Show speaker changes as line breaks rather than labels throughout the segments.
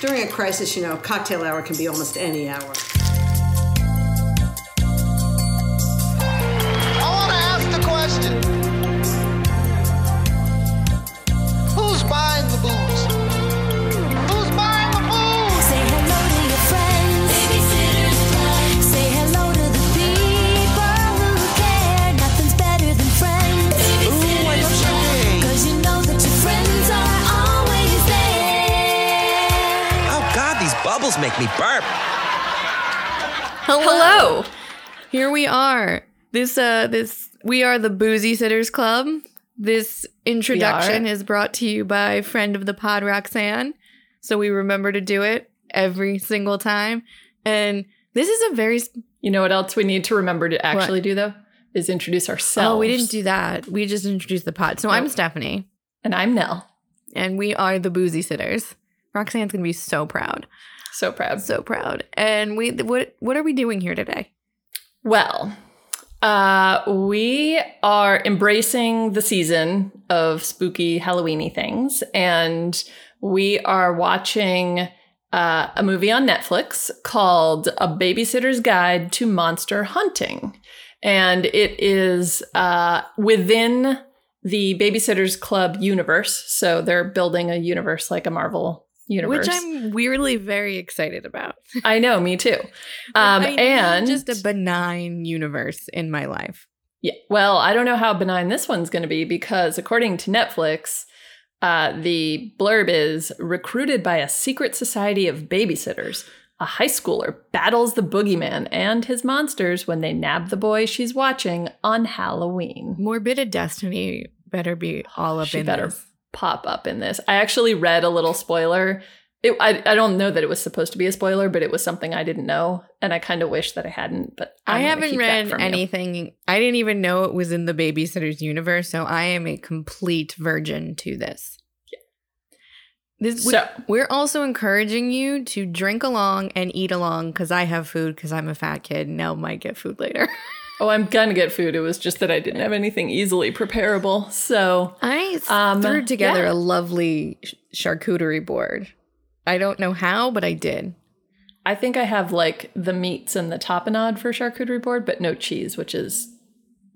during a crisis, you know, cocktail hour can be almost any hour.
I want to ask the question Who's buying the booze? Who's buying the booze?
Say hello to your friends. Babysitter's Club. Say hello to the people who care. Nothing's better than friends. Babysitter's Club. Cause you know that your friends are always there.
Oh God, these bubbles make me burp.
Hello. Here we are. This uh this we are the Boozy Sitters Club. This introduction is brought to you by friend of the pod Roxanne. So we remember to do it every single time. And this is a very s-
You know what else we need to remember to actually do though is introduce ourselves.
Oh, we didn't do that. We just introduced the pod. So I'm Stephanie
And I'm Nell.
and we are the Boozy Sitters. Roxanne's going to be so proud.
So proud.
So proud. And we what what are we doing here today?
Well, uh, we are embracing the season of spooky Halloweeny things, and we are watching uh, a movie on Netflix called A Babysitter's Guide to Monster Hunting, and it is uh, within the Babysitters Club universe. So they're building a universe like a Marvel universe.
Which I'm weirdly very excited about.
I know, me too. Um,
I need
and
just a benign universe in my life.
Yeah. Well, I don't know how benign this one's going to be because according to Netflix, uh, the blurb is recruited by a secret society of babysitters. A high schooler battles the boogeyman and his monsters when they nab the boy she's watching on Halloween.
Morbid destiny better be all up
She
in
better
this.
pop up in this. I actually read a little spoiler. It, I, I don't know that it was supposed to be a spoiler, but it was something I didn't know, and I kind of wish that I hadn't. But
I
I'm gonna
haven't
keep that
read
from you.
anything. I didn't even know it was in the babysitters universe, so I am a complete virgin to this. This we,
So-
we're also encouraging you to drink along and eat along because I have food because I'm a fat kid. Nell might get food later.
Oh, I'm gonna get food. It was just that I didn't have anything easily preparable. So
I s-
Um,
threw together
yeah.
a lovely sh- charcuterie board. I don't know how, but I did.
I think I have like the meats and the tapenade for charcuterie board, but no cheese, which is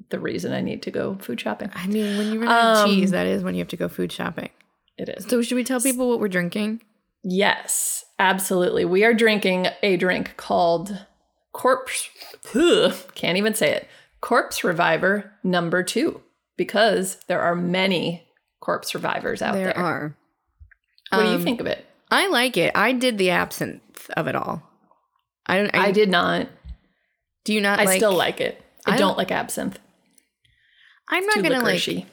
the reason I need to go food shopping.
I mean, when you run out of
Um,
cheese, that is when you have to go food shopping.
It is.
So, should we tell people what we're drinking?
Yes, absolutely. We are drinking a drink called Corpse. Ugh, can't even say it. Corpse Reviver number two, because there are many corpse revivers out there.
are.
What do
Um,
you think of it?
I like it. I did the absinthe of it all. I don't. I,
I did not.
Do you not?
I
like,
still like it.
I
I,
don't-
don't like absinthe.
I'm not
Too
gonna
licoricey.
like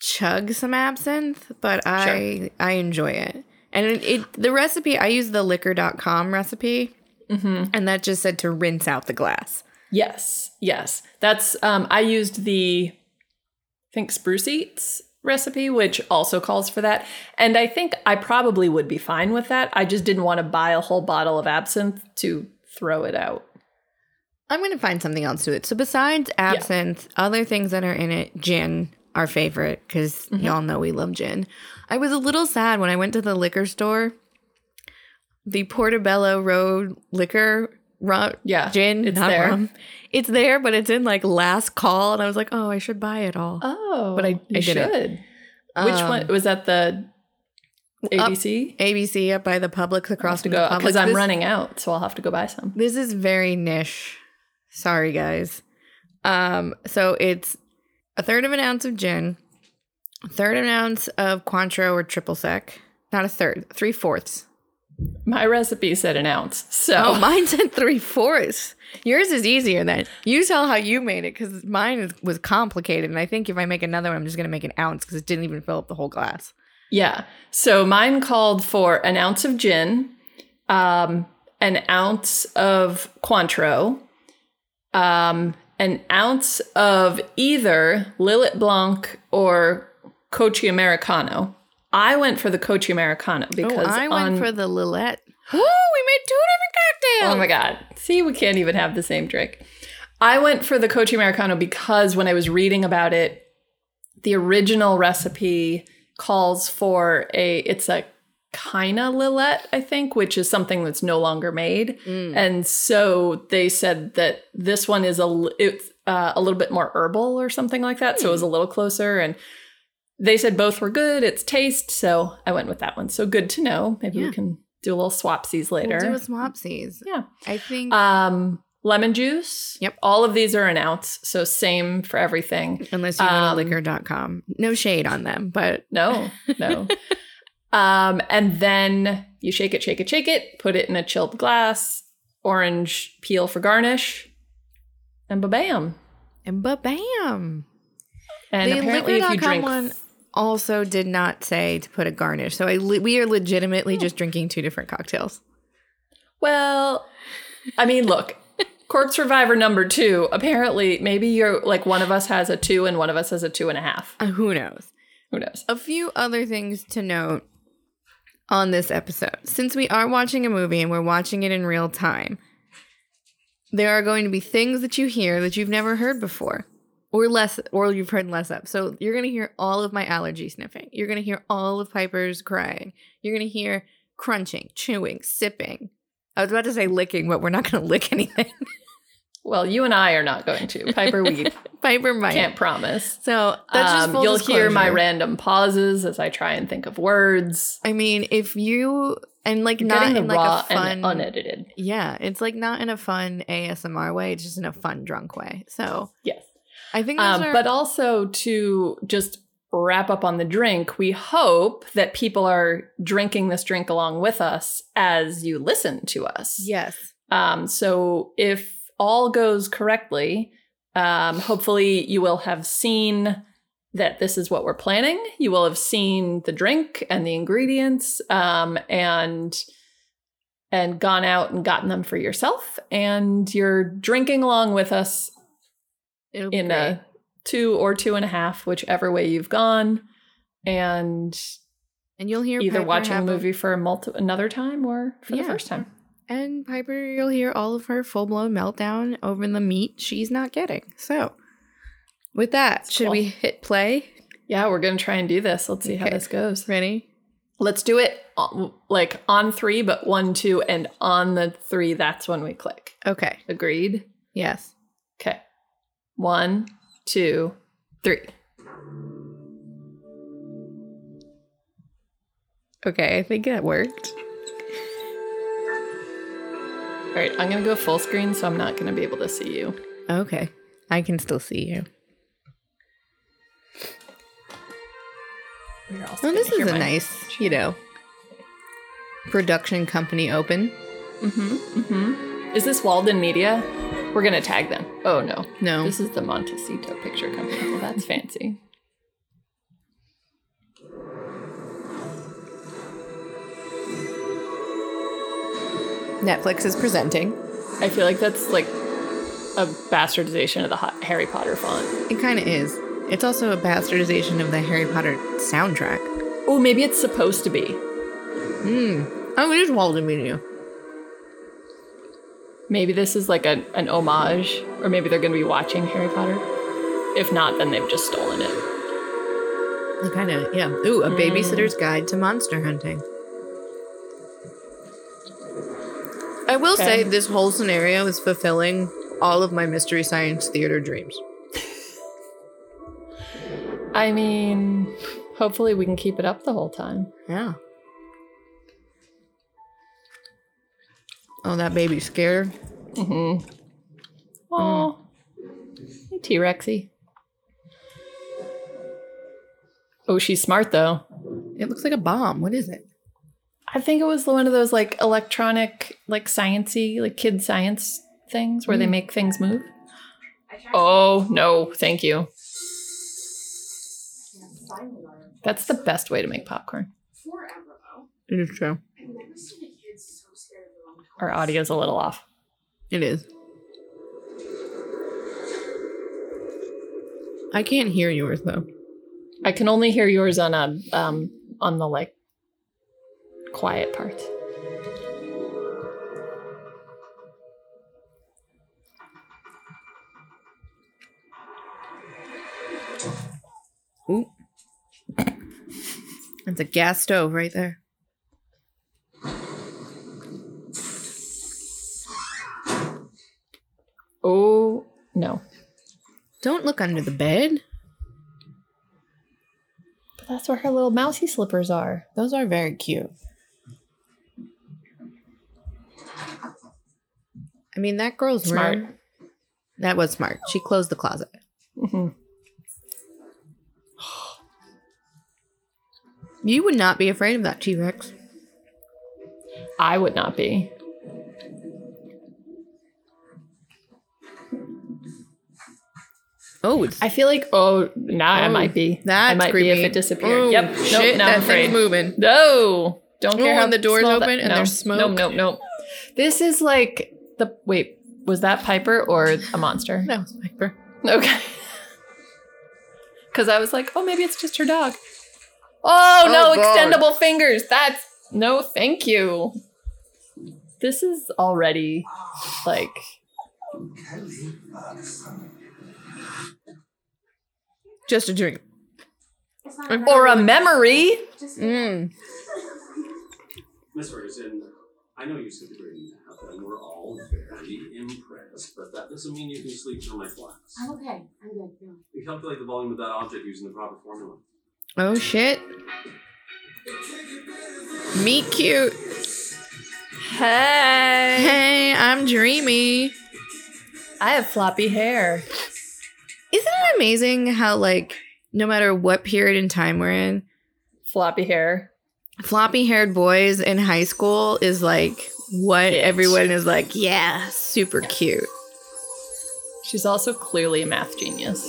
chug some absinthe, but I I enjoy it. And it, it the recipe I use the liquor.com recipe, and that just said to rinse out the glass.
Yes, yes. That's um I used the I think spruce eats recipe, which also calls for that. And I think I probably would be fine with that. I just didn't want to buy a whole bottle of absinthe to throw it out.
I'm going to find something else to it. So besides absinthe, other things that are in it, gin, our favorite, because
Mm-hmm.
y'all know we love gin. I was a little sad when I went to the liquor store. The Portobello Road liquor rum,
Yeah,
gin,
it's
not
there.
rum. It's there, but it's in like last call, and I was like, oh, I should buy it all.
Oh.
But I- I
you should.
didn't.
Which
Um,
one was that the ABC?
ABC up by the Publix across
to
from
go
the Publix.
because I'm
This-
running out, so I'll have to go buy some.
This is very niche. Sorry, guys. Um, so it's a third of an ounce of gin, a third of an ounce of Cointreau or triple sec. Not a third, three fourths.
My recipe said an ounce, so
Oh, mine said three fourths. Yours is easier then. You tell how you made it because mine is, was complicated. And I think if I make another one, I'm just going to make an ounce because it didn't even fill up the whole glass.
Yeah. So mine called for an ounce of gin, um, an ounce of Cointreau, um, an ounce of either Lillet Blanc or Cochi Americano. I went for the Cochi Americano because
oh, I went
on-
for the Lillette. Oh, we made two different cocktails.
Oh my god. See, we can't even have the same drink. I went for the Cochi Americano because when I was reading about it, the original recipe calls for a it's a China Lillet, I think, which is something that's no longer made.
Mm.
And so they said that this one is a l- it's uh, a little bit more herbal or something like that. So it was
Hmm.
a little closer and they said both were good. It's taste, so I went with that one. So good to know. Maybe
Yeah.
we can do a little swapsies later.
We'll do a swapsies.
yeah.
I think
Um, lemon juice.
Yep.
All of these are an ounce, so same for everything.
unless you go
um,
to liquor.com. No shade on them, but
No, no. um, and then you shake it, shake it, shake it. Put it in a chilled glass. Orange peel for garnish. And ba-bam.
and but bam.
And
the
apparently, if you
liquor.com
drink,
one also did not say to put a garnish. So I le- we are legitimately
Hmm.
just drinking two different cocktails.
well, I mean, look. Corpse Survivor number two. Apparently, maybe you're like one of us has a two and one of us has a two and a half.
Uh, who knows?
Who knows?
A few other things to note on this episode. Since we are watching a movie and we're watching it in real time, there are going to be things that you hear that you've never heard before or less or you've heard less of. So you're going to hear all of my allergy sniffing. You're going to hear all of Piper's crying. You're going to hear crunching, chewing, sipping. I was about to say licking, but we're not going to lick anything.
Well, you and I are not going to. Piper, we
Piper might.
can't promise.
So that's just
Um,
full
you'll hear my
disclosure.
random pauses as I try and think of words.
I mean, if you and like
You're
not
getting the
in
raw
like a fun,
and unedited.
yeah, it's like not in a fun ASMR way. It's just in a fun drunk way. So
Yes.
I think those
Um,
are,
but also to just wrap up on the drink, we hope that people are drinking this drink along with us as you listen to us.
yes,
Um, so if all goes correctly, um, hopefully you will have seen that this is what we're planning. You will have seen the drink and the ingredients, um, and and gone out and gotten them for yourself, and you're drinking along with us
it'll be
in uh,
great.
a two or two and a half, whichever way you've gone, and
and you'll hear
either
Piper
watching a
have
movie for a multi- another time or for
Yeah.
the first time.
and Piper, you'll hear all of her full blown meltdown over the meat she's not getting. So with that, should
cool.
we hit play?
Yeah, we're gonna try and do this. Let's see how
Okay.
this goes.
Ready?
Let's do it on- like on three, but one, two, and on the three, that's when we click.
Okay.
Agreed?
Yes.
Okay. One, two, three.
Okay. I think that worked.
All right, I'm gonna go full screen, so I'm not gonna be able to see you.
Okay. I can still see you.
You're also
Oh,
gonna
this
hear
is a
mine.
nice, you know, production company open.
Is this Walden Media? We're gonna tag them. Oh no.
No.
This is the Montecito Picture Company. Well, that's fancy.
Netflix is presenting.
I feel like that's like a bastardization of the hot Harry Potter font.
It kind of is. It's also a bastardization of the Harry Potter soundtrack.
Oh, maybe it's supposed to be.
Oh, it is Walden Media.
Maybe this is like a, an homage, or maybe they're going to be watching Harry Potter. If not, then they've just stolen it.
It kind of, yeah. Ooh, a
Mm.
babysitter's guide to monster hunting. I will say
Okay.
this whole scenario is fulfilling all of my mystery science theater dreams.
I mean, hopefully we can keep it up the whole time.
Yeah. Oh, that baby's scared.
Oh, T Rexy. Oh, she's smart though.
It looks like a bomb. What is it?
I think it was one of those like electronic, like sciency, like kid science things where they make things move. Oh no, thank you. That's the best way to make popcorn.
It is true.
Our audio's a little off.
It is. I can't hear yours though.
I can only hear yours on a um on the like quiet part.
Ooh. It's a gas stove right there.
Oh, No.
Don't look under the bed.
But that's where her little mousy slippers are.
Those are very cute.
I mean, that girl's
Smart.
room- That was smart. She closed the closet. Mm-hmm.
Mhm.
You would not be afraid of that T Rex.
I would not be.
Oh, it's
I feel like, oh, now I
Oh,
might be. I
that's
might
creepy.
be if it disappeared.
Oh,
yep. Nope,
shit,
now
that
I'm afraid.
thing's moving.
No. Don't
Oh,
care how
and the door's
small that-
open and
no.
there's smoke.
Nope, nope, nope. This is like the wait, was that Piper or a monster?
that was Piper.
Okay. Cause I was like, oh maybe it's just her dog. Oh, no, extendable fingers. That's no thank you. This is already like
Just a drink.
or a memory.
Mm.
Miss Ferguson, I know you said the grading math, and we're all very impressed, but that doesn't mean you can sleep till my class. I'm okay. I'm good. We calculate the volume of that object using the proper formula.
Oh shit. Me cute.
Hey.
Hey, I'm dreamy.
I have floppy hair.
Isn't it amazing how like no matter what period in time we're in,
Floppy hair.
floppy haired boys in high school is like what everyone is like, yeah, super cute.
She's also clearly a math genius.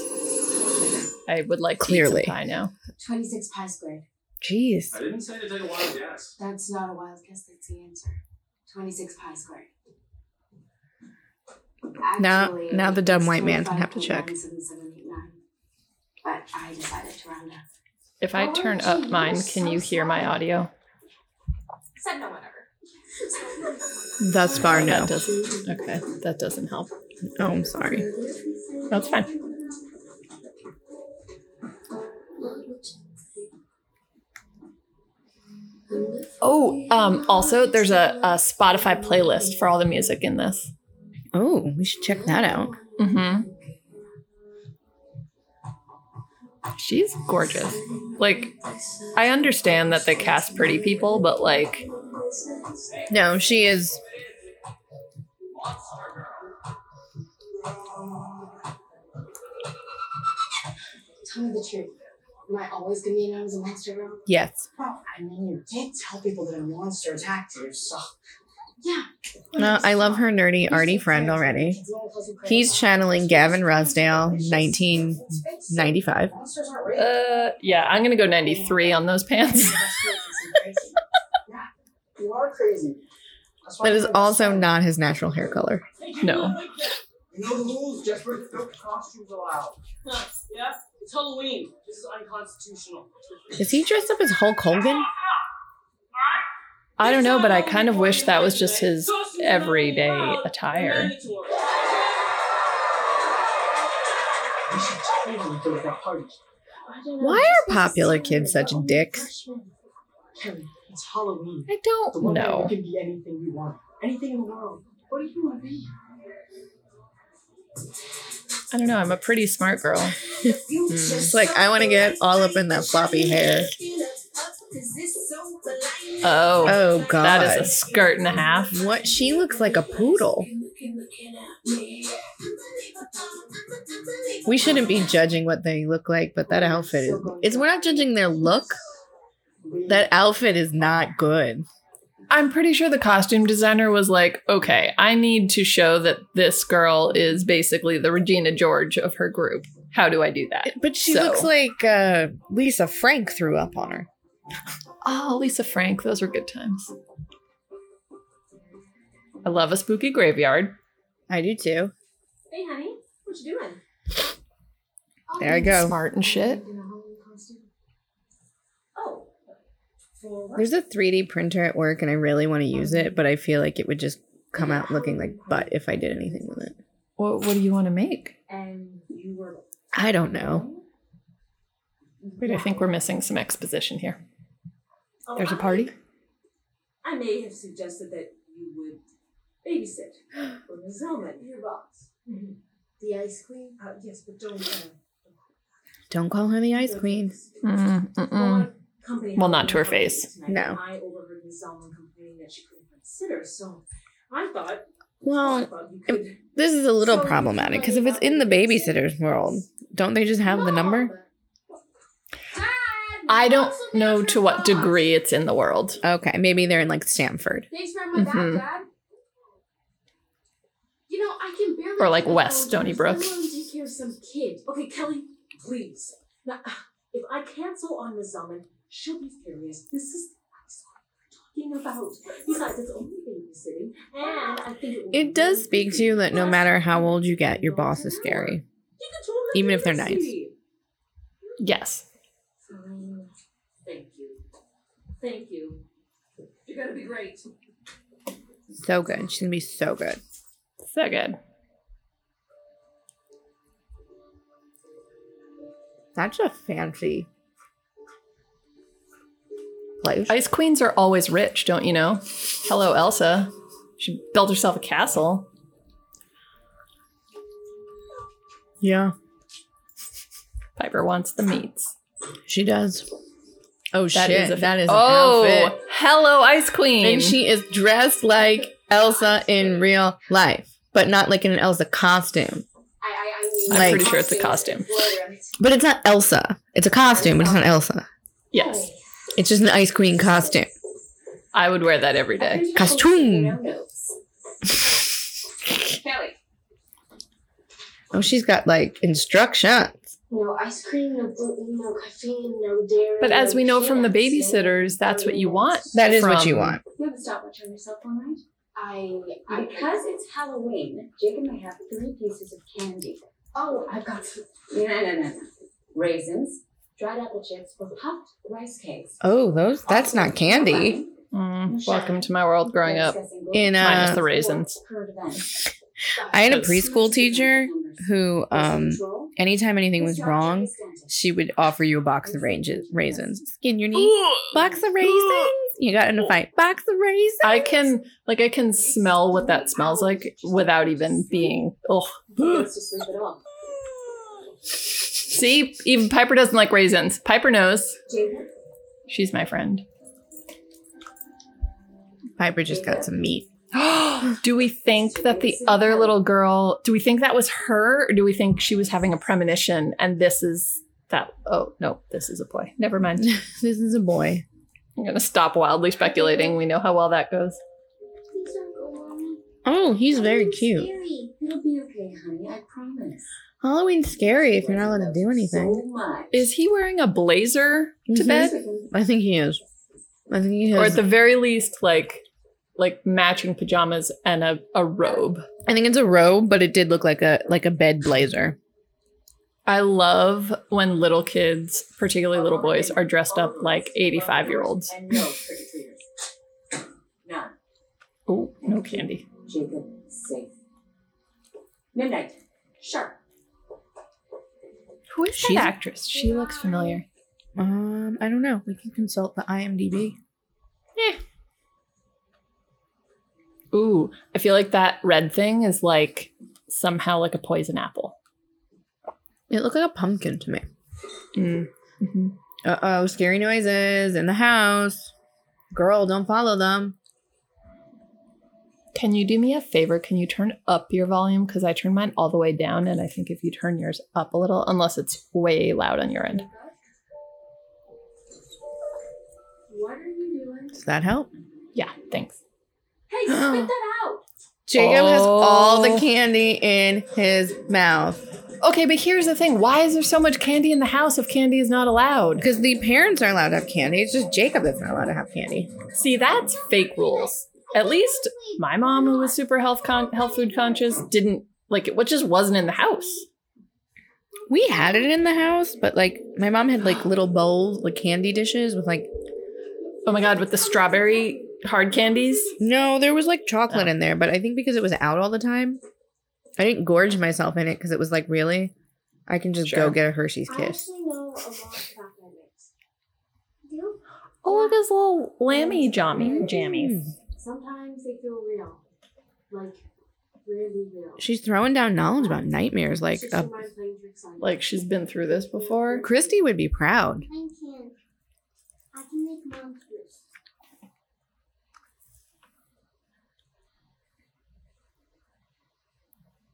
I would like to
Clearly.
eat some pie now.
26 pi squared.
Jeez.
I didn't say to take a wild guess.
That's not a wild guess, that's the answer. 26 pi squared.
Now-
Actually,
now the dumb
it's
white man can have to check.
25.97789. But I decided to round up.
If I turn up mine, can you hear my audio?
Said no one ever.
Thus far, no.
That doesn't. Okay, that doesn't help.
Oh, I'm sorry.
That's fine. Oh, um, also, there's a, a Spotify playlist for all the music in this.
Oh, we should check that out.
Mm-hmm. She's gorgeous. Like, I understand that they cast pretty people, but like,
No, she is.
Tell me the truth. Am I always gonna be known as a monster girl?
Yes.
Well, I mean, you did tell people that a monster attacked you, so. Yeah.
No, I love her nerdy, arty friend already. He's channeling Gavin Rosdale, 1995.
Monsters aren't real.
uh, yeah, I'm gonna go 93 on those pants.
Yeah, you are crazy. That's why
That is
I'm
also
upset.
not his natural hair color.
no,
You know the rules, Jeffrey. No costumes allowed.
yeah? It's Halloween. This is unconstitutional.
Is he dressed up as Hulk Hogan?
I don't know, but I kind of wish that was just his everyday attire.
We should totally go to that party.
Why are popular kids such dicks?
Harry, it's Halloween.
I
The
don't
one day
know.
we can be anything we want. Anything in the world. What do you want to be?
I don't know. I'm a pretty smart girl.
Mm. It's like, I want to get all up in that floppy hair.
Oh,
Oh, God.
that is a skirt and a half.
what? She looks like a poodle. We shouldn't be judging what they look like, but that outfit is. It's, we're not judging their look. That outfit is not good.
I'm pretty sure the costume designer was like, okay, I need to show that this girl is basically the Regina George of her group. How do I do that?
But she
So-
looks like uh, Lisa Frank threw up on her.
Oh, Lisa Frank, those were good times. I love a spooky graveyard.
I do too.
Hey, honey, what you doing?
There I go.
Smart and shit.
In a Halloween costume. Oh. For what?
There's a 3D printer at work, and I really want to use it, but I feel like it would just come out looking like butt if I did anything with it.
What, what do you want to make?
And you were.
I don't know.
Wait, I think we're missing some exposition here.
Oh,
There's a
I-
party.
I may have suggested that you would babysit for Zelma, your boss.
The ice queen? Mm-hmm. Uh, yes, but don't. Uh,
Don't call her the Ice Queen.
Mm, mm-mm. Well, not to her face.
No.
I overheard Ms. Zellman complaining that she couldn't consider, so I thought, I
Well,
thought you could.
this is a little problematic because if it's in the babysitter's world, don't they just have the number?
I don't know to what degree it's in the world.
Okay, maybe they're in like Stanford.
Thanks for my
Mhm.
Mm-hmm.
back, Dad. You know, I can barely.
Or like
get
West
alone.
Stony Brook.
Let alone take care of some kid.
Okay, Kelly, please. Now, ah, if I cancel on Ms. Zellman, she'll be furious. This is the ice queen we're talking about. Besides, it's only babysitting, and I think it will
It does speak to you that no matter how old you get, your boss is scary.
You can totally
even
do
if they're
this,
nice.
sweetie.
Yes.
Fine. Thank you. Thank you. You're gonna be great.
So good. She's gonna be so good.
So good.
That's a fancy place.
Ice queens are always rich, don't you know? Hello, Elsa. She built herself a castle.
yeah,
Piper wants the meats.
she does. Oh
That
shit,
is a
that is an
oh,
outfit.
hello, Ice Queen.
And she is dressed like Elsa in real life, but not like in an Elsa costume.
I, I, I mean,
I'm
like-
pretty sure it's a costume.
But it's not Elsa. It's a costume, but it's not Elsa.
Yes,
It's just an ice queen costume.
I would wear that every day.
Costume.
Kelly.
Oh, she's got like instructions.
No ice cream, no gluten, no caffeine, no dairy.
But as
no
we know from the
peanuts, no-
babysitters, that's what you want.
That is what
from-
you want.
You have a stopwatch on your cell phone, right?
I, I
Because it's Halloween, Jake and I have three pieces of candy.
oh, I've got some
No, no, no, no. Raisins, dried apple chips, or puffed rice cakes.
Oh, those that's not candy.
Mm, welcome to my world growing up.
In
Minus
uh,
the raisins.
I had a preschool teacher who, um, anytime anything was wrong, she would offer you a box of ranges, raisins. Skin your knee. Box of raisins. You got in a fight. Box of raisins.
I can like I can smell what that smells like without even being oh
Let's just leave it all.
see even Piper doesn't like raisins. Piper knows.
Jake,
She's my friend.
Piper just got some meat.
do we think that the other little girl do we think that was her or do we think she was having a premonition and this is that oh no, this is a boy. Never mind.
This is a boy.
I'm gonna stop wildly speculating. We know how well that goes.
please don't go, Mommy.
Oh, he's very
I'm
cute.
Scary. It'll be okay, honey. I promise.
Halloween's scary if you're not allowed to do anything.
So much.
Is he wearing a blazer to
Mhm.
bed?
I think he is. I think he
Or at
has.
the very least, like like matching pajamas and a, a robe.
I think it's a robe, but it did look like a like a bed blazer.
I love when little kids, particularly little boys, are dressed up like 85 year olds.
and no trick or treaters. None.
Oh, no candy.
Jacob safe. Midnight. Sharp.
Who is
She's-
that actress? She looks familiar.
Um, I don't know. We can consult the IMDb.
Eh. Ooh, I feel like that red thing is like somehow like a poison apple.
It looked like a pumpkin to me.
Mm. Mhm.
Uh oh, scary noises in the house. Girl, don't follow them.
Can you do me a favor? Can you turn up your volume? Because I turned mine all the way down, and I think if you turn yours up a little, unless it's way loud on your end.
What are you doing?
Does that help?
Yeah, thanks.
Hey, spit that out.
Jacob has
Oh.
all the candy in his mouth
Okay, but here's the thing. Why is there so much candy in the house if candy is not allowed?
because the parents aren't allowed to have candy. It's just Jacob that's not allowed to have candy.
See, that's fake rules. At least my mom, who was super health con- health food conscious, didn't like it. What just wasn't in the house?
We had it in the house, but like my mom had like little bowls, like candy dishes with like
Oh my god, with the strawberry hard candies.
no, there was like
Oh.
chocolate in there, but I think because it was out all the time, I didn't gorge myself in it because it was like really, I can just go
Sure.
get a Hershey's
I
kiss.
actually know a lot about that mix. You
Oh, look at his
Mm.
little lammy jammy jammies.
know, sometimes they feel real. Like
really will.
She's throwing down knowledge about nightmares. Like,
It's just
uh,
your mind playing tricks on you.
um, Like she's been through this before.
Christy would be proud.
I can. I can make monsters.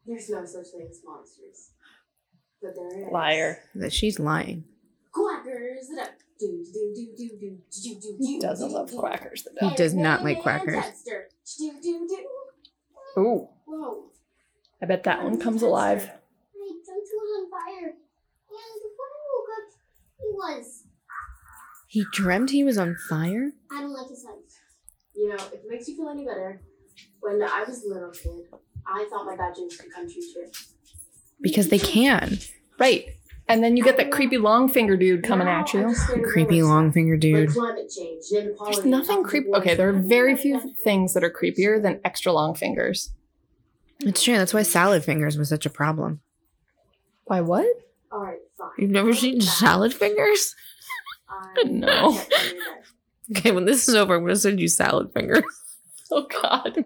There's no such thing as monsters. But there is.
Liar.
That she's lying.
Quackers it up. Do, do, do, do, do, do, do, do,
Doesn't
do,
love
do.
quackers. The
Oh,
He
dog.
does not
Hey,
like
hey,
quackers.
Ancestor. Do, do, do.
Ooh,
Whoa.
I bet that one comes alive.
My junk was on fire. And when I woke up, he was.
He dreamt he was on fire.
I don't like his hugs.
You know, if it makes you feel any better, when I was a little kid, I thought my bad dreams could come true too.
Because they can.
Right. And then you get that creepy long finger dude coming
Now
at
I'm
you.
just scared of
Creepy
real
long
stuff,
finger dude.
Like climate change and
There's
poverty,
nothing
toxic
creepy.
waste.
Okay, there are very few things that are creepier than extra long fingers.
It's true. That's why salad fingers was such a problem.
Why what?
All right, fine.
You've never seen salad fingers?
I-
No.
I can't do that.
Okay, when this is over, I'm gonna send you salad fingers.
Oh God.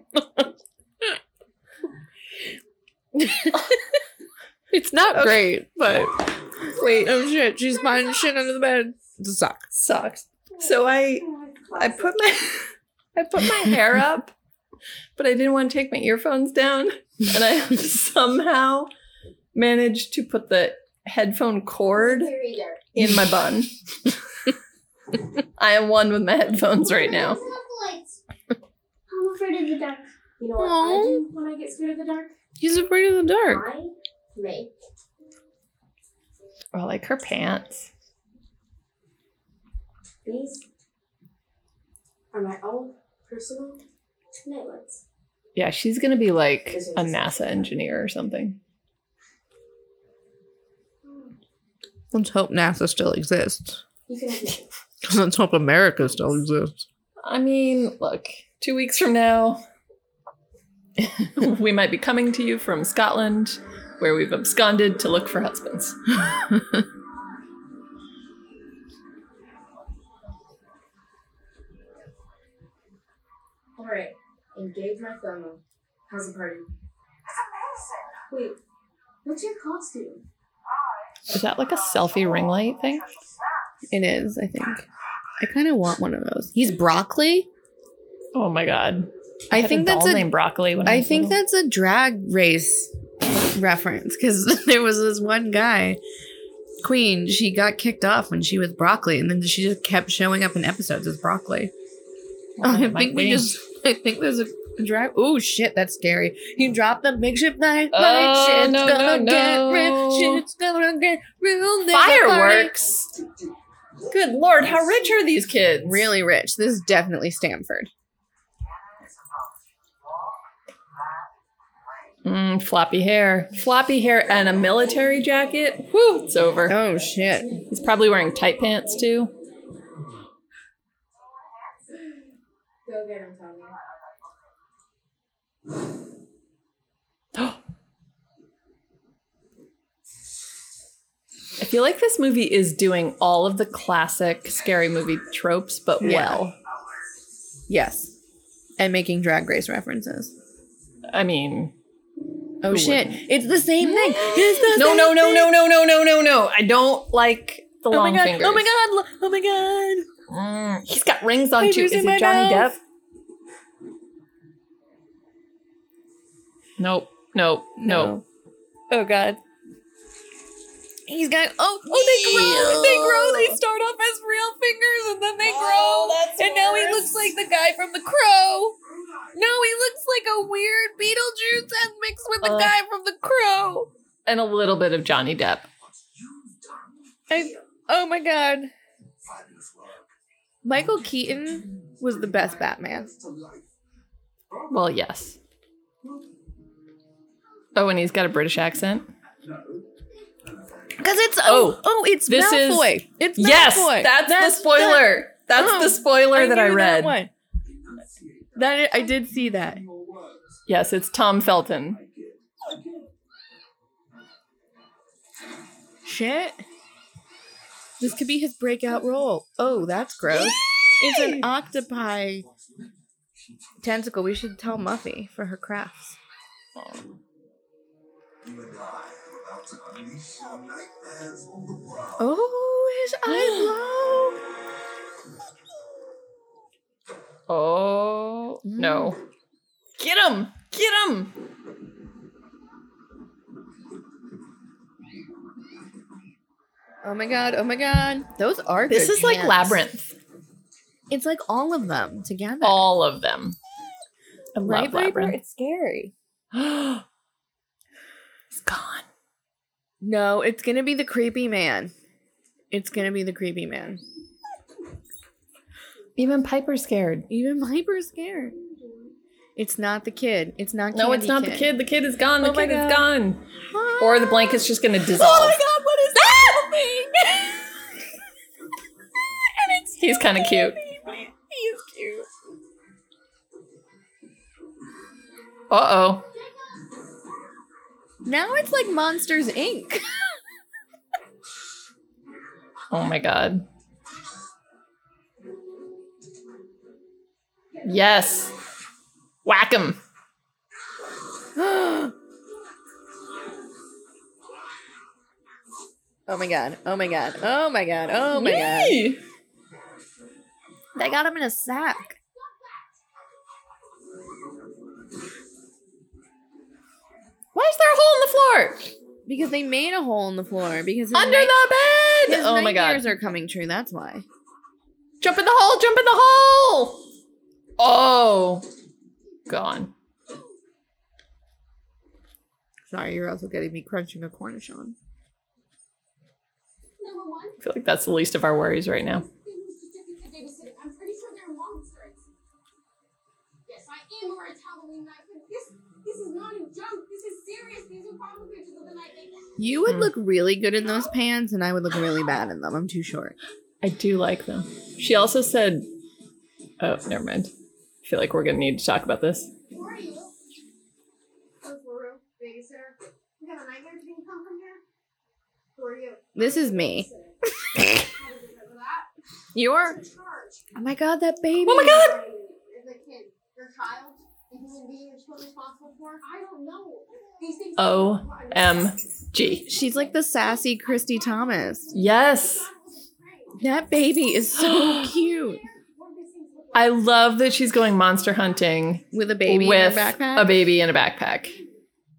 It's not great, but wait, oh shit, she's finding shit under the bed. It's a sock.
Sucks. So
Oh
I I put my I put my hair up, but I didn't want to take my earphones down, and I somehow managed to put the headphone cord
Here either.
in my bun. I am one with my headphones right now.
Turn off the lights. I'm afraid of the dark.
You know what I do when I get scared of the dark?
He's afraid of the dark.
I make
Or like her pants.
these are my own personal nightlights.
Yeah, she's gonna be like a NASA engineer or something.
Let's hope NASA still exists.
You can have them.
Let's hope America still exists.
I mean, look, two weeks from now, we might be coming to you from Scotland, where we've absconded to look for husbands.
All right, engage my thermal. How's the party? Wait, what's your costume?
Is that like a selfie ring light thing?
It is, I think. I kind of want one of those. He's broccoli.
Oh my god!
I
had
think
doll
that's a
named broccoli. When I,
I
was
think
little.
that's a drag race reference because there was this one guy, Queen. She got kicked off when she was broccoli, and then she just kept showing up in episodes as broccoli.
Oh,
I
it might
think we
be.
just. I think there's a drag. Oh shit, that's scary. You drop the makeshift knife.
Oh,
light, shit's
no,
gonna
no,
get real.
no.
Shit's gonna get real. There's a party.
fireworks. Good lord, how rich are these kids?
Really rich. This is definitely Stanford.
Mm, floppy hair, floppy hair, and a military jacket. Whew, it's over.
Oh shit.
He's probably wearing tight pants too.
Go get him, Tommy.
I feel like this movie is doing all of the classic scary movie tropes, but
Yeah.
well.
Yes. And making drag race references.
I mean,
Oh shit! It's the same thing. It's the
no,
same
no, no,
thing.
no, no, no, no, no, no. I don't like the
Oh my
long
god!
fingers.
Oh my god! lo- Oh my god!
Mm, he's got rings on too.
Fingers
Is
in my
it Johnny
mouth.
Depp? Nope. Nope. Nope.
Oh god! He's got oh oh they grow they grow they start off as real fingers and then
Oh,
they grow and now he looks like the guy from The Crow. No, he looks like a weird Beetlejuice and mixed with the
Uh.
guy from The Crow.
And a little bit of Johnny Depp.
I, oh my god! Michael Keaton was the best Batman.
Well, yes. Oh, and he's got a British accent.
Because it's
Oh,
oh oh it's
this is-
Malfoy. it's
yes,
Malfoy.
that's, the spoiler. That's
Oh,
the spoiler that I
knew That,
read.
one. that I I did see that.
Yes, it's Tom Felton.
Shit. This could be his breakout role. Oh, that's gross. It's an octopi tentacle. We should tell Muffy for her crafts. Oh, his eyebrow.
Oh no! Get him! Get him!
Oh my god. Oh my god. Those are.
This
good
is like
pants.
labyrinth.
It's like all of them together.
All of them. I love
right, Viper?
labyrinth.
It's scary.
it's gone.
No, it's gonna be the creepy man. It's gonna be the creepy man.
Even Piper's scared.
Even Viper's scared. It's not the kid. It's not.
No, it's
Candy
not the kid. The kid is gone. The
Oh my
kid
God.
is gone.
Ah!
Or the blanket's just gonna dissolve. Ah!
Oh my god! What is that? and it's
He's kind of cute.
he's cute.
Uh oh.
Now it's like Monsters Inc.
Oh my god. Yes. Whack him.
Oh my god! Oh my god! Oh my god! Oh my god!
Yay.
They got him in a sack.
Why is there a hole in the floor?
Because they made a hole in the floor. Because his
Under
night-
the bed.
his
Oh my god.
nightmares are coming true. That's why.
Jump in the hole! Jump in the hole! Oh, gone.
Sorry, you're also getting me crunching a cornichon.
Number one,
I feel like that's the least of our worries right now.
they moved to different babysitter. I'm pretty sure they're monsters. Yes, I am aware it's Halloween night, but this this is not a joke. This is serious. These are problem pictures of the night they
You would
Mm.
look really good in those pants, and I would look really bad in them. I'm too short.
I do like them. She also said, "Oh, never mind." I feel like we're gonna need to talk about this.
Who are you? Oh, Guru, babysitter. You got a nightmare you didn't come from here? Who are you?
This is me.
How did you remember that?
You're.
In charge.
Oh my god, that baby.
Oh my god!
As a kid, your child, a human being you're still responsible for? I don't know. These things
O M G.
She's like the sassy Christy Thomas.
Yes,
That baby is so cute
I love that she's going monster hunting
with a baby
with
in her backpack.
a baby in a backpack,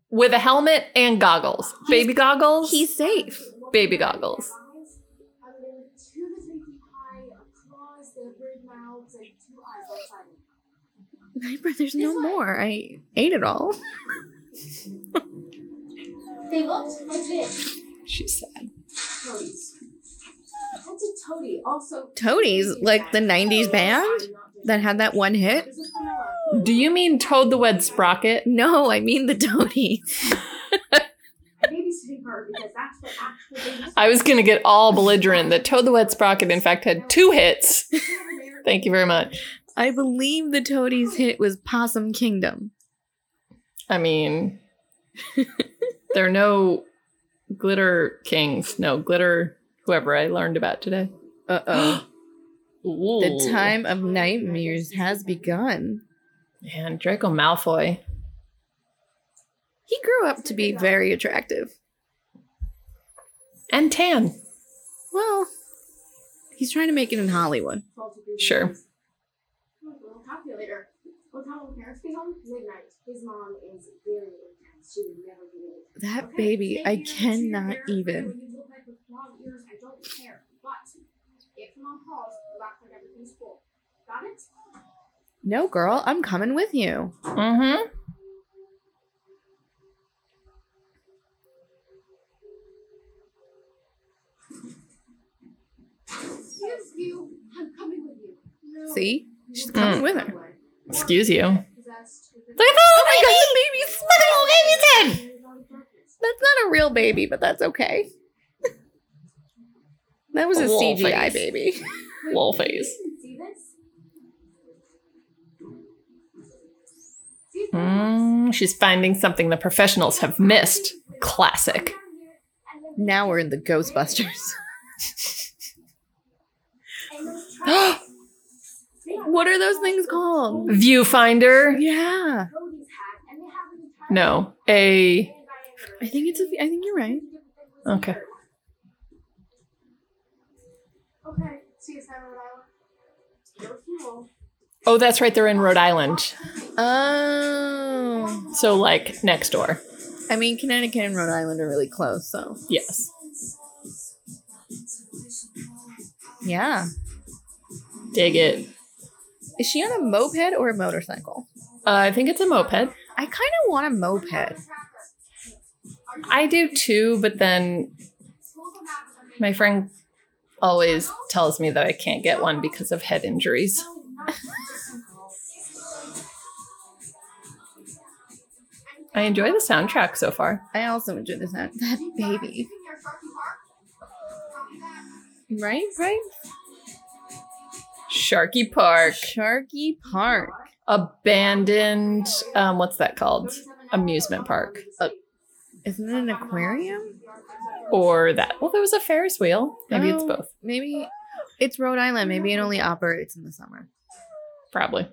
with a helmet and goggles. baby goggles.
He's safe.
baby goggles.
other than two to three feet high, claws, they have weird mouths, and two eyes outside.
Viper, there's no more. I ate it all.
They looked like this.
She's sad.
Toadies. That's a toady. Also,
Toadies, like the '90s band that had that one hit.
this is vanilla.
Do you mean Toad the Wed Sprocket?
No, I mean the toadies.
babysitting her because that's what actual babies
I was going to get all belligerent that Toad the Wet Sprocket, in fact, had two hits. Thank you very much.
I believe the toadies hit was Possum Kingdom.
I mean, there are no glitter kings, no glitter whoever I learned about today.
Uh oh. The
Ooh.
time of nightmares has begun.
Man, Draco Malfoy.
He grew up to be very attractive.
And Tan.
Well, he's trying to make it in Hollywood.
Sure.
We'll talk to you later. What time will parents be home? Midnight. His mom is very intense. She would never be late.
That
Okay,
baby,
thank
I
you. Cheer
cannot
there.
even.
When you look like with long ears, I don't care. But if mom calls, you act like everything's cool. Got it?
No, girl, I'm coming with you.
Mm hmm.
Excuse you. I'm coming with you. No.
See? She's coming
Mm.
with her.
Excuse you.
Possessed with
Look at that! Oh my god, the baby's little baby's head!
That's not a real baby, but that's okay. that was a
Little
CGI
face.
baby.
Little face.
You can see this? See?
Hmm.
Mm, she's finding something the professionals have missed. Classic.
Now we're in the Ghostbusters.
And those tracks. They are
what are those things called?
Viewfinder.
Yeah.
Cody's hat, and they have an entire
No, a
I think it's. A, I think you're right.
okay.
Okay, see you, Simon Rhode Island. No fuel.
Oh, that's right. They're in Rhode Island,
Oh,
so like next door.
I mean, Connecticut and Rhode Island are really close. So
Yes.
yeah,
Dig it.
is she on a moped or a motorcycle?
Uh, I think it's a moped.
I kind of want a moped.
I do too, but then my friend always tells me that I can't get one because of head injuries. I enjoy the soundtrack so far.
I also enjoy the sound. That baby, right? Right?
Sharky Park,
Sharky Park.
abandoned, um, what's that called? Amusement park. Uh,
Isn't it an aquarium?
or that. Well, there was a Ferris wheel. Maybe it's
Oh,
both.
Maybe it's Rhode Island. Maybe it only operates in the summer.
Probably.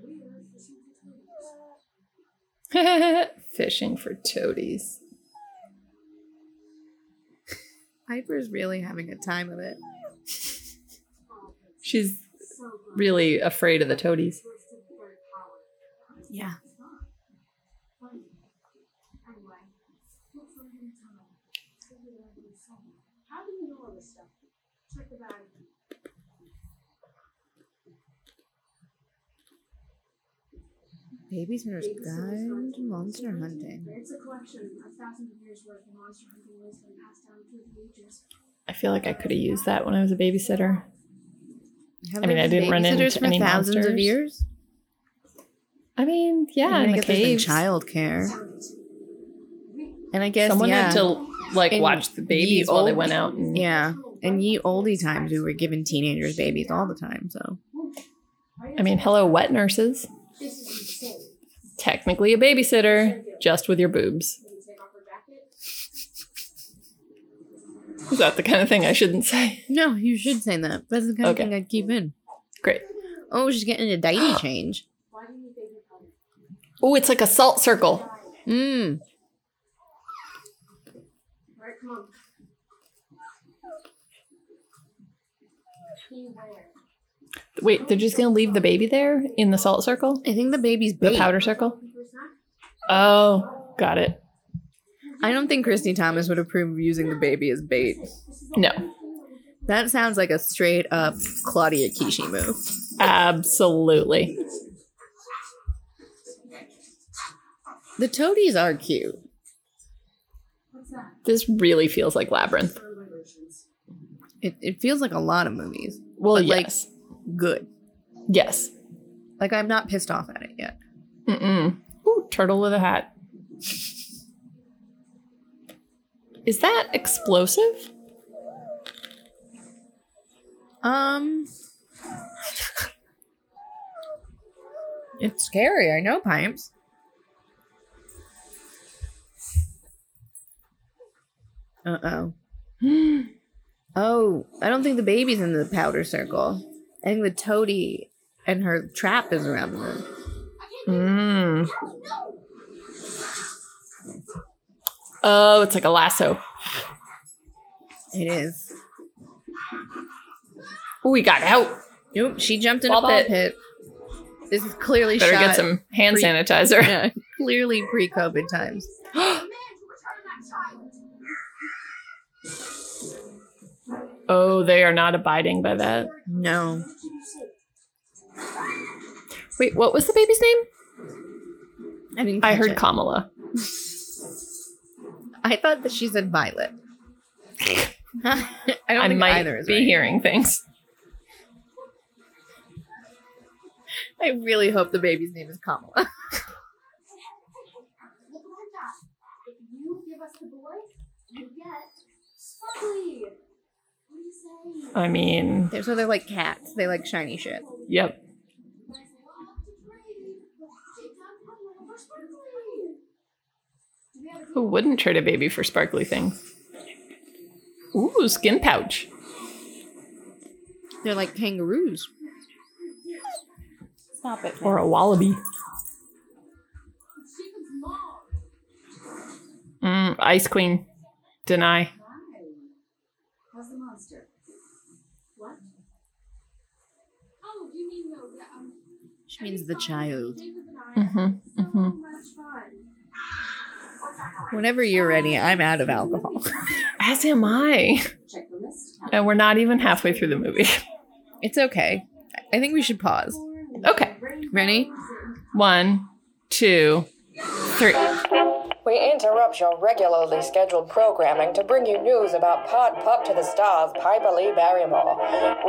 Fishing for toadies.
Piper's really having a time of it.
She's really afraid of the toadies.
Yeah.
How do you know all this stuff? Check the bag.
Babysitter's Guide to Monster Hunting.
It's a collection of thousands of years worth of monster hunting wisdom passed down through the ages.
I feel like I could have used that when I was a babysitter.
Have
I mean,
there
I
been
didn't run
babysitters
into
for
any
thousands of
monsters.
years.
I mean, yeah,
I mean,
in
I
the
guess there's been
cave.
child care. And I guess
Someone
yeah,
had to like
In
watch the babies
ye
while they
olde-
went out. And,
yeah. In ye oldie times, we were giving teenagers babies all the time. So
I mean, hello, wet nurses. Technically a babysitter, just with your boobs. Is that the kind of thing I shouldn't say?
no, you should say that. That's the kind
Okay.
of thing I'd keep in.
Great.
Oh, she's getting a diaper change.
Oh, it's like a salt circle.
Mm.
Alright, come on. Beware.
Wait, they're just gonna leave the baby there in the salt circle,
I think the baby's
the
bait.
powder circle. Oh, got it.
I don't think Christy Thomas would approve of using the baby as bait.
No,
That sounds like a straight up Claudia Kishi move.
absolutely.
The toadies are cute.
This really feels like labyrinth.
It, it feels like a lot of movies.
Well,
But, like-
yes,
Good.
yes.
Like I'm not pissed off at it yet.
Mm-mm. Ooh, turtle with a hat. Is that explosive?
Um It's scary, I know Pipes. Uh oh. Oh, I don't think the baby's in the powder circle. I think the toady and her trap is around the room.
Mm. Oh, it's like a lasso.
It is.
Ooh, we got out.
Nope, she jumped in
Ball
a ball
pit.
pit. This is clearly
Better
shot.
get some hand
Free-
sanitizer.
yeah, clearly pre-COVID times.
Oh, they are not abiding by that.
No,
Wait, what was the baby's name?
I didn't.
I
catch
heard
it.
Kamala.
I thought that she said Violet. I don't
I
think
might
either is
be
right.
hearing things.
I really hope the baby's name is Kamala.
Look what I got. If you give us the boy, you get Sparkly. What do you say?
I mean,
They're- so they're like cats. They like shiny shit.
yep. Who wouldn't trade a baby for sparkly things? Ooh, skin pouch.
They're like kangaroos.
Or a wallaby. Mm, Ice Queen. Deny.
How's the monster? What?
Oh, you mean the, the um,
She means the child.
Whenever you're ready, I'm out of alcohol.
As am I.
Check the list.
And we're not even halfway through the movie.
It's okay. I think we should pause.
Okay.
Ready?
One, two, three.
We interrupt your regularly scheduled programming to bring you news about Pod Pup to the Stars, Piper Lee Barrymore.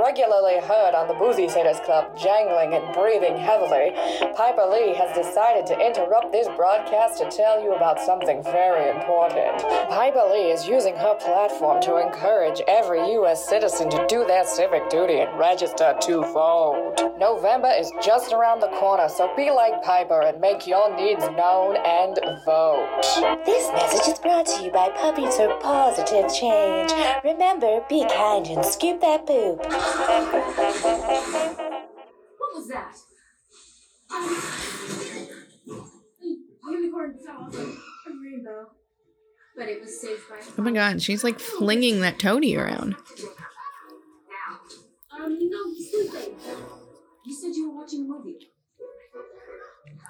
Regularly heard on the Boozy Sitters Club, jangling and breathing heavily, Piper Lee has decided to interrupt this broadcast to tell you about something very important. Piper Lee is using her platform to encourage every U.S. citizen to do their civic duty and register to vote. November is just around the corner, so be like Piper and make your needs known and vote.
This message is brought to you by Puppies for Positive Change. Remember, be kind and scoop that poop.
What was that? Um, a unicorn fell off a rainbow, but it was saved by.
Oh my god, she's like flinging that toady around.
Um, no, sleeping.
You said you were watching a movie.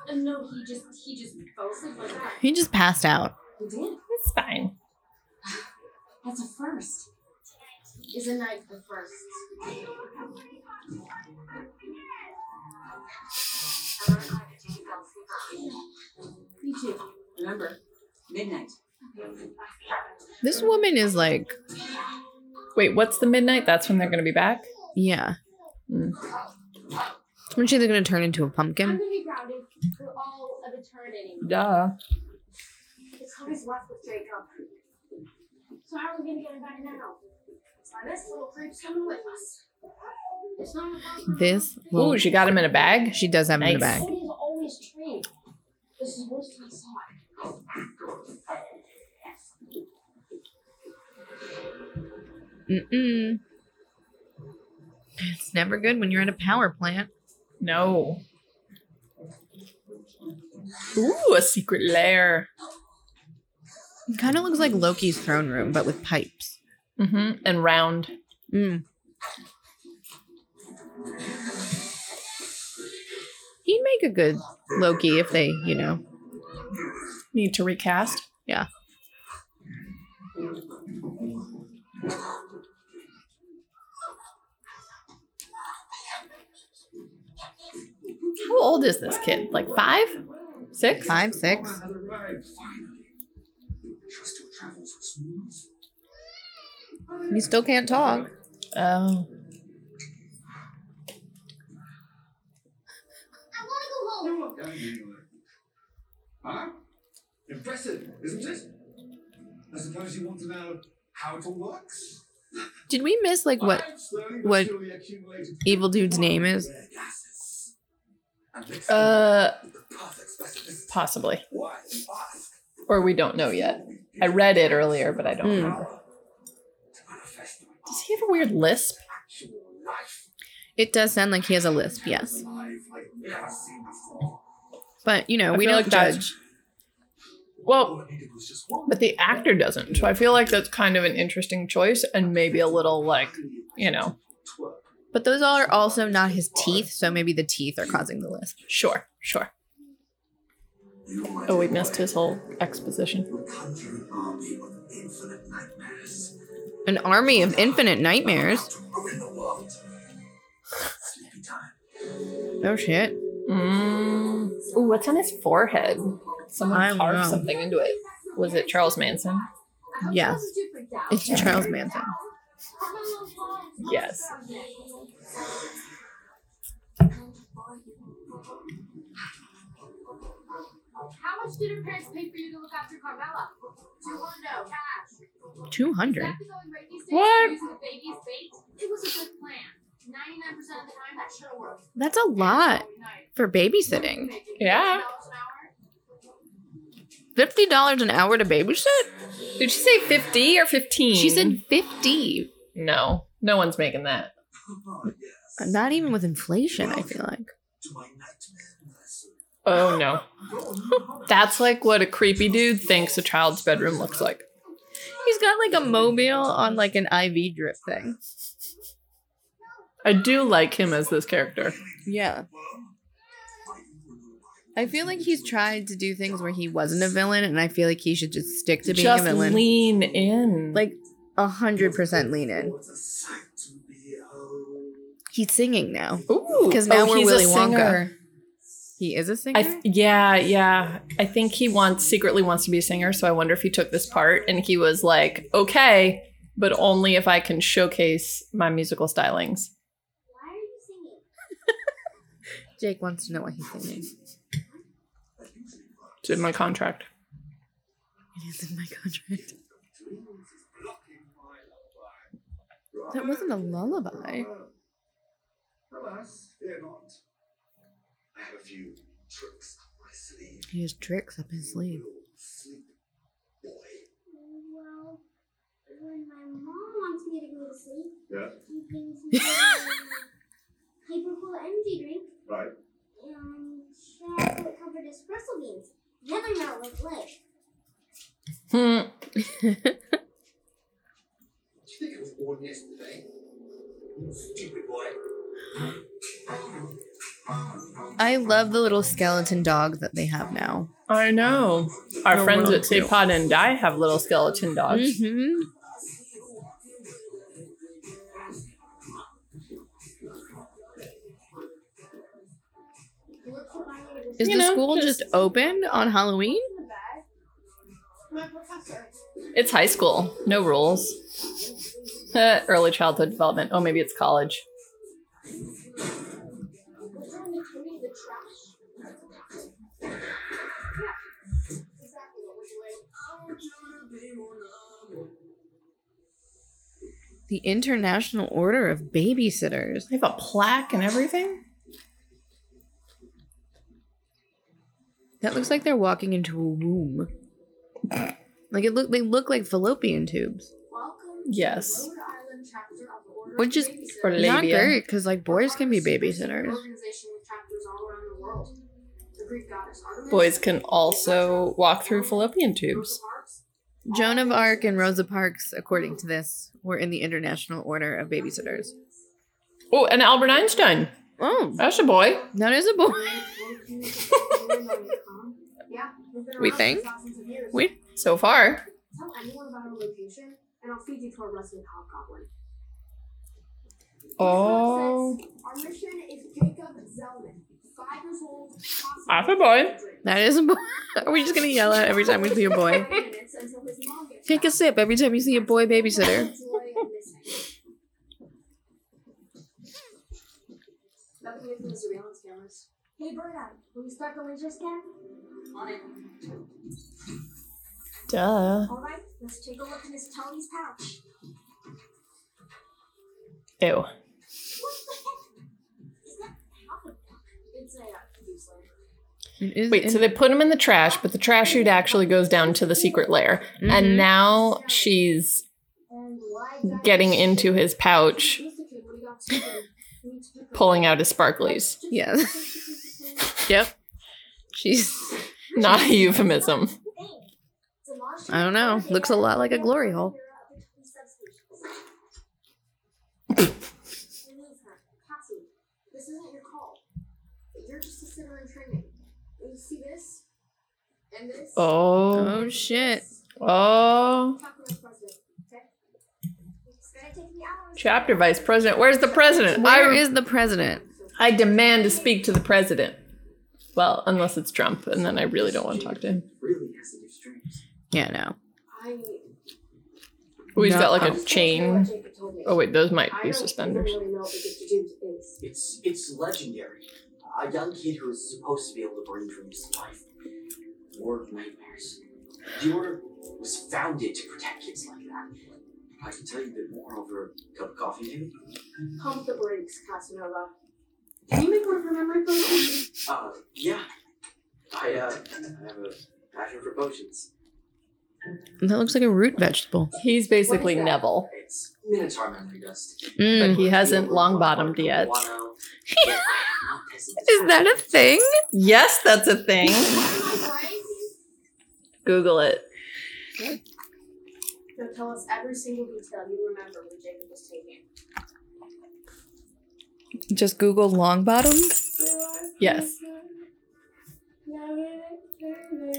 And no, he just he just fell asleep like that.
He just passed out.
You did?
It's fine.
That's a first.
Isn't like the first?
Me too. Remember, midnight.
This woman is like,
Wait, what's the midnight? That's when they're going to be back?
yeah. Hmm.
Mm.
When she's gonna turn into a pumpkin.
I'm gonna be grounded for all of eternity.
Duh.
It's always left with Jacob. So how are we gonna get him out of now? This little creep's coming with us. It's not a
This.
Ooh,
will-
she got him in a bag.
She does have him in the
Nice.
bag.
Cody is always trained. This is worse than I saw it.
Mm-mm. It's never good when you're at a power plant.
No. Ooh, a secret lair.
It kind of looks like Loki's throne room, but with pipes.
hmm And round.
Mm. He'd make a good Loki if they, you know.
Need to recast.
Yeah.
How old is this kid? Like five? Six?
Five, six. You still can't talk.
Oh.
I
Oh.
wanna go home.
Huh? Impressive, isn't it? I suppose you want to know how it all works?
Did we miss like what
I've slowly but
what
surely accumulated
evil dude's name is?
rare gases. And mixed them
Uh,
with the perfect specimen.
possibly.
Why ask?
Or we don't know yet. I read it earlier, but I don't
Mm.
remember. Does he have a weird lisp?
It does sound like he has a lisp, yes. But you know,
I
we
feel
don't
like that's-
judge.
Well, but the actor doesn't. So I feel like that's kind of an interesting choice and maybe a little like, you know,
But those are also not his teeth, so maybe the teeth are causing the lisp.
sure, sure. Oh, we missed his whole exposition.
An army of infinite nightmares. Oh shit.
Mm. Ooh, what's on his forehead?
I
Someone
don't
carved
know.
something into it. Was it Charles Manson?
Yes. It's Charles Manson.
Yes.
How much did her parents pay for you to look after Carmela? Two hundo, cash.
200.
That was only right these days
What?
to use the baby's bait. It was a good plan. 99% of the time, that should have worked.
That's a lot
Nice.
for babysitting.
Yeah.
$10 an hour?
$50 an hour to babysit?
Did she say 50 or 15?
She said 50.
no. No one's making that.
Not even with inflation, I feel like.
to my nightmare nursery.
Oh no. That's like what a creepy dude thinks a child's bedroom looks like.
He's got like a mobile on like an IV drip thing.
I do like him as this character.
Yeah. I feel like he's tried to do things where he wasn't a villain, and I feel like he should just stick to being
Just
a villain.
lean in.
Like a hundred percent lean in. He's singing now.
Ooh,
Because now
oh,
we're
he's a
Willy Wonka.
singer.
He is a singer.
I th- yeah, yeah. I think he wants secretly wants to be a singer, so I wonder if he took this part and he was like, "Okay, but only if I can showcase my musical stylings."
Jake wants to know what he's singing.
It's in my contract.
It is in my contract. That wasn't a lullaby.
Alas, fear not. I have a few tricks up my sleeve.
He has tricks up his sleeve.
Well, when my mom wants me to go to sleep,
Yeah,
she brings me a Hypercola energy drink
right.
and chocolate covered espresso beans. Then I'm not like late.
Hmm.
Do you think I was born yesterday? Stupid boy.
I love the little skeleton dog that they have now.
I know. Our
No
friends
one
at Say
too.
Pod and Die have little skeleton dogs.
Mm-hmm. Is
You
the
know,
school
just-
just, open on Halloween?
It's high school, no rules. Eh, Early childhood development. Oh, maybe it's college.
The International Order of Babysitters.
They have a plaque and everything.
That looks like they're walking into a womb. Like it look they look like fallopian tubes.
Yes.
Which is
Or
not
labia.
great because like boys can be babysitters.
Organization with chapters all around the world. The Greek goddess Artemis.
Boys can also walk through fallopian tubes.
Joan of Arc and Rosa Parks, according to this, were in the International Order of Babysitters.
Oh, and Albert Einstein.
Oh,
That's a boy.
that is a boy.
Yeah, we've been
We
around for
think?
thousands of years.
Wait,
So far.
Tell anyone about our location, and I'll feed you to a rusted hobgoblin.
Oh.
Our mission is Jacob Zellman, five years old. possible
Half a boy.
that is a boy. Are we just gonna yell at every time we see a boy?
minutes until his mom gets
Take a sip every time you see a boy babysitter.
joy of missing. Nothing new from the surveillance cameras. Hey, Berta, will you start the laser scan? On it.
Duh.
All right, let's take a look in this Tony's pouch.
Ew.
What the heck? Is that how? oh, It's a produce layer.
It is
Wait, so they put him in the trash, but the trash chute actually goes down to the secret lair. And now she's
And why that-
getting into his pouch,
Listen to me, we got stupid. We need to pick up-
pulling out his sparklies.
yeah. yep. She's.
Not a euphemism.
I don't know. Looks a lot like a glory hole.
This isn't your call. You're just a sitter in training. You see this? And this?
Oh.
Oh shit.
Oh.
Talk to my president, okay? It's gonna take me hours.
Chapter vice president. Where's the president?
Where
I,
is the president?
I demand to speak to the president. Well, unless it's Trump, and then I really don't want to talk to him.
Really has to do strings.
Yeah, no.
I
Oh, he's
No,
got like
I'm-
a chain. Oh, wait, those might
I
be
don't
suspenders.
really know what the gift of dreams is.
It's it's legendary. A young kid who is supposed to be able to bring dreams to life, or nightmares. The order was founded to protect kids like that. I can tell you a bit more over a cup of coffee, maybe.
Pump the brakes, Casanova. Can you make one for memory potions?
Uh, yeah. I uh, I have a passion for potions.
That looks like a root vegetable.
He's basically
What is that?
Neville.
It's Minotaur memory dust.
Mm.
But he hasn't long bottomed yet.
Is that a thing?
Yes, that's a thing. Google it.
Now tell us every single detail you remember when Jacob was taken.
Just Google long bottom.
Yes.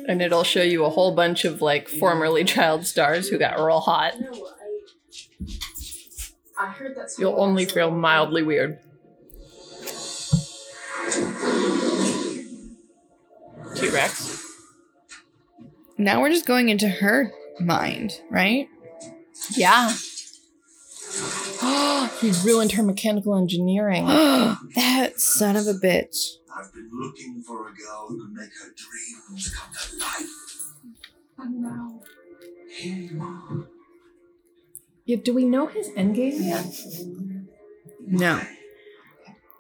And it'll show you a whole bunch of like formerly child stars who got real hot.
I heard that
You'll only feel mildly weird. T Rex.
Now we're just going into her mind, right?
Yeah. he ruined her mechanical engineering.
that son of a bitch.
I've been looking for a girl who can make her dreams come to life.
Yeah, do we know his endgame yet?
No.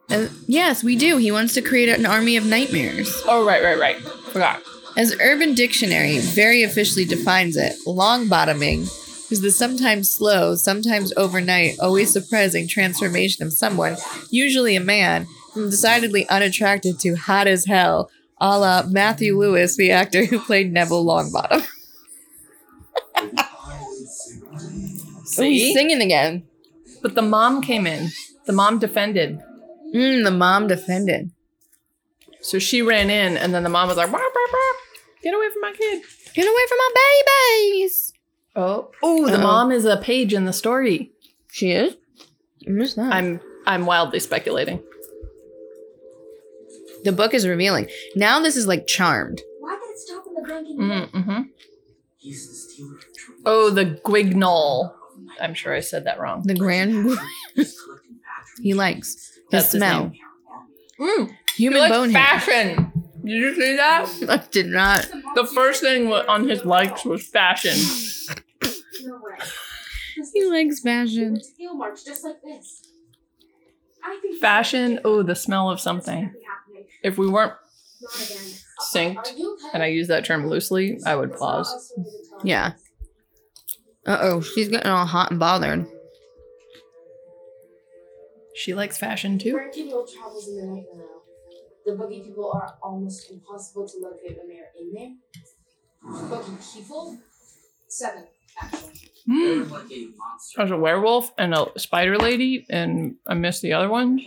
And yes, we do. He wants to create an army of nightmares.
Oh, right, right, right. Forgot.
As Urban Dictionary very officially defines it, long bottoming is the sometimes slow, sometimes overnight, always surprising transformation of someone, usually a man, from decidedly unattractive to hot as hell, a la Matthew Lewis, the actor who played Neville Longbottom. Oh, he's singing again.
But the mom came in. The mom defended.
Mm, the mom defended.
So she ran in, and then the mom was like, "Wah, wah, wah. "Get away from my kid!
Get away from my babies!"
Oh, oh, the
Uh-oh.
mom is a page in the story.
She is. Who's that?
I'm I'm wildly speculating.
The book is revealing. Now this is like charmed.
Why did it stop in the bank? And
Mm-hmm.
He's the stealer of dreams.
Oh, the Guignol. I'm sure I said that wrong.
The grand he likes the
That's his
smell.
name. Mm,
Human
he likes
bone hair.
fashion. Did you see that?
I did not.
The first thing wa- on his likes was fashion.
No way.
He likes fashion.
There's heel marks just like this. I think
Fashion. Oh, the smell of something.
Can't be happening.
If we weren't
Not again.
synced, and I use that term loosely, I would pause.
Yeah. Uh oh, she's getting all hot and bothered.
She likes fashion too.
American road travels in the night now. The buggy people are almost impossible to locate when they are in there. Buggy people? Seven, actually.
Mm.
Like a monster.
There's a werewolf and a spider lady, and I missed the other ones.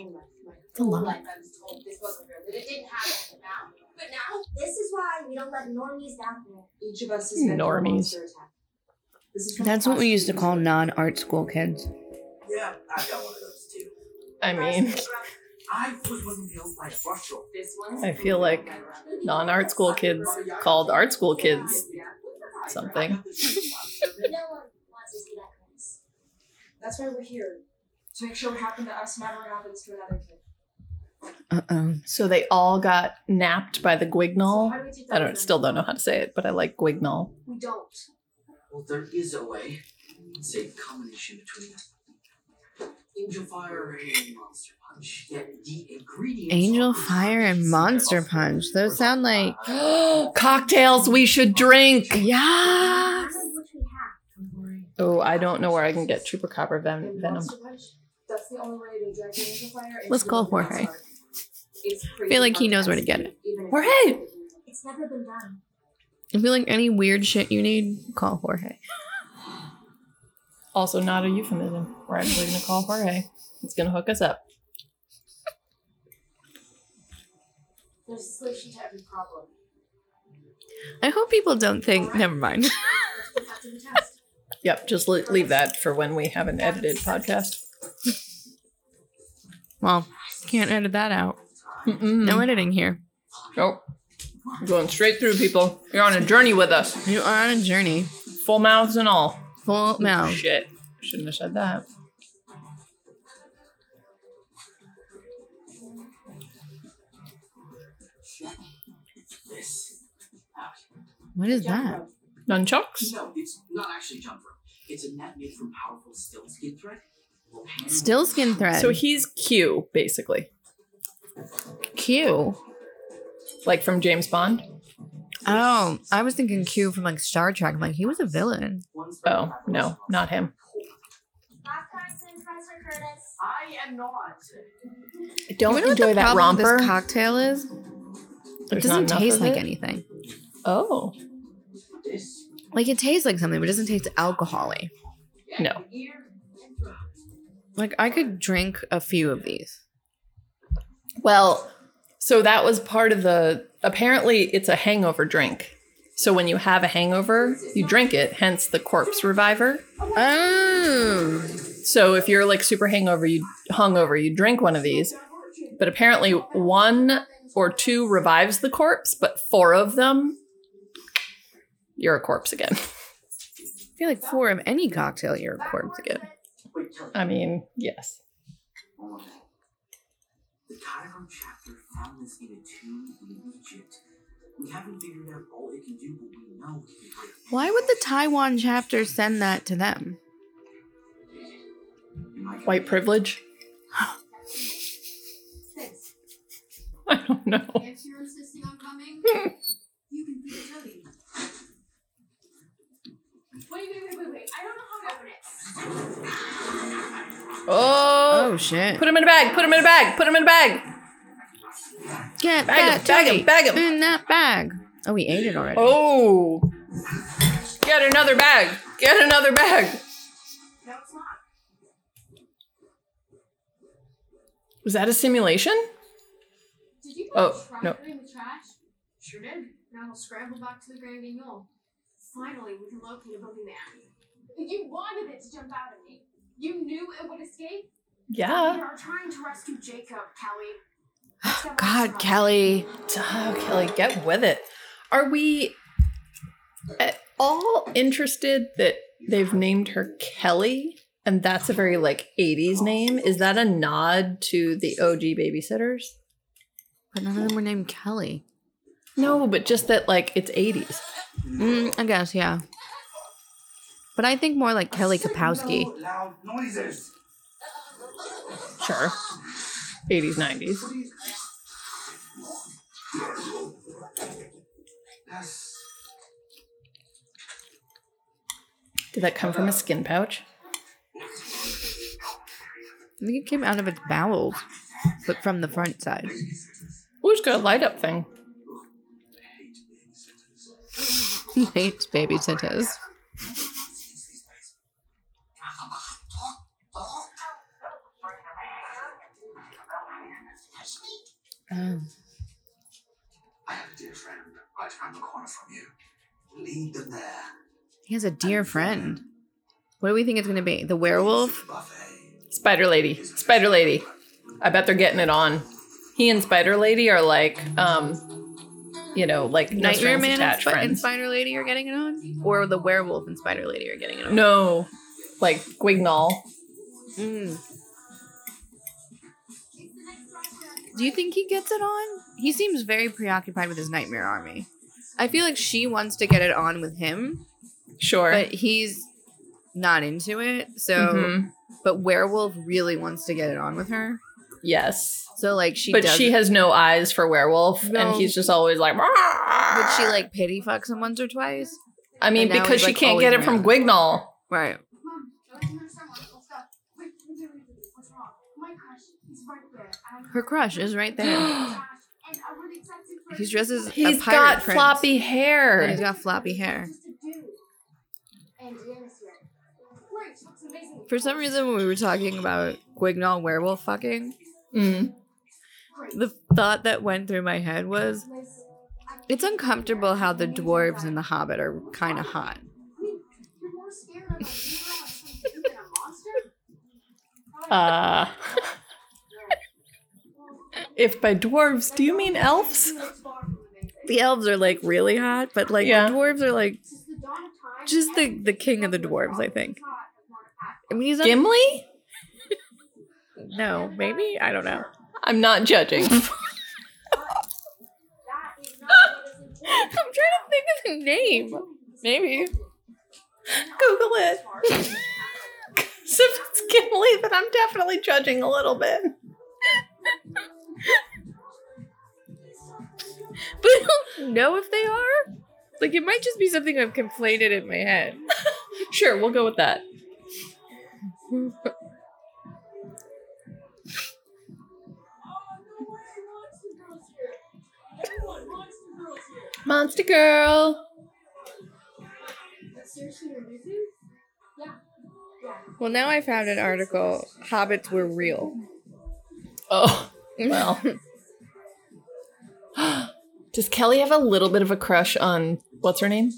The life I was told this wasn't real, that it didn't happen now. But now,
This is why we don't let normies down here.
each of us is meant for a
Normies.
monster attack. This is from
That's what we used to
prosecutors.
call non art school kids.
Yeah, I've got one of those too.
I mean,
I was one killed by a brushstroke.
This one's
I feel like non art school kids called art school kids something.
No one wants to see that mess.
That's why we're here. To make sure what happened to us never happens to another kid.
Uh oh.
So they all got napped by the guignol.
How do we take
I
that?
don't still don't know how to say it, but I like guignol.
We don't.
Well, there is a way. It's a combination between angel fire and monster punch. Yet the ingredients.
Angel Fire and Monster Punch. Those sound like.
Cocktails we should drink.
Yeah.
Oh, I don't know where I can get chupacabra ven- venom.
Monster Punch, That's the only way to drag the angel fire.
Let's
into
call
the dark
Jorge.
side. It's
I
crazy
feel like he
how
knows where to get
fast
it.
even if-
Jorge!
It's never been done.
I feel like any weird shit you need, call Jorge.
Also, not a euphemism. We're actually going to call Jorge. He's going to hook us up.
There's a solution to every problem.
I hope people don't think. Never mind.
Let's put that to the test.
Yep, just le- leave that for when we have an edited podcast.
Well, can't edit that out. No editing here.
Nope. We're Oh. going straight through, people. You're on a journey with us,
You are on a journey.
full mouths and all.
Full
Oh.
mouth.
Shit. Shouldn't have said that.
This. out.
What is that?
Nunchucks?
No, it's not actually jump rope. It's a net made from powerful still skin thread.
Still skin thread.
So he's Q, basically.
Q.
Like from James Bond?
Oh, I was thinking Q from like Star Trek. I'm like, he was a villain.
Oh, no, not him.
Curtis?
I am not.
I don't
You know what
enjoy
the
that
problem with
romper.
This cocktail is.
There's
it
not
doesn't
enough
taste
of
like
it?
anything.
Oh
Like it tastes like something, but it doesn't taste alcoholic.
no,
Like I could drink a few of these.
Well, so that was part of the. Apparently, it's a hangover drink. So when you have a hangover, you drink it. Hence the corpse reviver.
Oh.
So if you're like super hangover, you hungover, you drink one of these. But apparently, one or two revives the corpse, but four of them, you're a corpse again.
I feel like four of any cocktail, you're a corpse again.
I mean, yes.
The Chiron chapter found this in a tomb in Egypt. We haven't figured out all it can do, but we know it can break.
Why would the Taiwan chapter send that to them?
White privilege.
Thanks.
I don't know.
If you're insisting on coming, you can be a dummy. Wait, wait, wait, wait, wait. I don't know how to open it.
Oh,
oh shit!
Put him in a bag. Put him in a bag. Put him in a bag.
Get
Bag 'em,
that
bag 'em,
titty
bag 'em.
in that bag. Oh, we ate it already.
Oh, get another bag. Get another bag.
No, it's not.
Was that a simulation?
Did you put
Oh,
the shredder
no.
in the trash? Sure did. Now I'll scramble back to the Grand Guignol. Finally, we can locate a bogeyman. You wanted it to jump out at me. You knew it would escape. We
Yeah.
are trying to rescue Jacob, Kelly.
God, Kelly.
Oh, Kelly, get with it. Are we at all interested that they've named her Kelly? And that's a very like 80s name. Is that a nod to the OG babysitters?
But none of them were named Kelly.
No, but just that like it's 80s.
Mm, I guess, yeah. But I think more like Kelly Kapowski.
Loud noises.
Sure. 80s, 90s. Did that come from a skin pouch?
I think it came out of its bowels, but from the front side.
Ooh, it's got a light up thing.
He hates babysitters. Oh.
I have a dear friend right around the corner from you. Lead them there.
He has a dear friend. What do we think it's going to be? The werewolf?
Spider Lady. Spider Lady. I bet they're getting it on. He and Spider Lady are like, um, you know, like no
Nightmare
strings
Man and,
attached
Sp- and
friends.
Spider Lady are getting it on? Or the werewolf and Spider Lady are getting it on?
no, like Guignol.
Mm. Do you think he gets it on? He seems very preoccupied with his nightmare army. I feel like she wants to get it on with him,
Sure.
but he's not into it. So,
Mhm.
but werewolf really wants to get it on with her.
yes.
So like she,
but
does
she has no eyes for werewolf, and
No.
he's just always like. "Rah!"
Would she like pity fucks him once or twice?
I mean,
And now
because
he's,
she
like,
can't get it
always
from
around.
Guignol.
Right.
Mom, go to her somewhere. Let's go. Wait, wait, wait, wait, wait. What's wrong? My crush is right there. and I'm-
Her crush is right there.
And I was excited for
he's dressed as
He's
a pirate
got
prince.
floppy
And he's
hair.
got floppy hair.
just a dude. And Deanna's here. Great, looks amazing.
For some reason, when we were talking about Guignol werewolf fucking,
Mm.
the thought that went through my head was it's uncomfortable how the dwarves and the hobbit are kind of hot
You're more scared of a hero and some dude than a monster?
Uh, if by dwarves, do you mean elves?
the elves are like really hot but like
Yeah.
the dwarves are like just the the king of the dwarves i think i mean he's not-
Gimli?
no maybe i don't know
I'm not judging. I'm
i'm trying to think of the name maybe
Google it. Because if it's Gimli, then I'm definitely judging a little bit.
but i don't know if they are like it might just be something i've conflated in my head
Sure, we'll go with that.
Monster Girl.
Seriously, you're losing? Yeah. Yeah.
Well, now I found an article. Hobbits were real.
Oh, well. Does Kelly have a little bit of a crush on what's her name?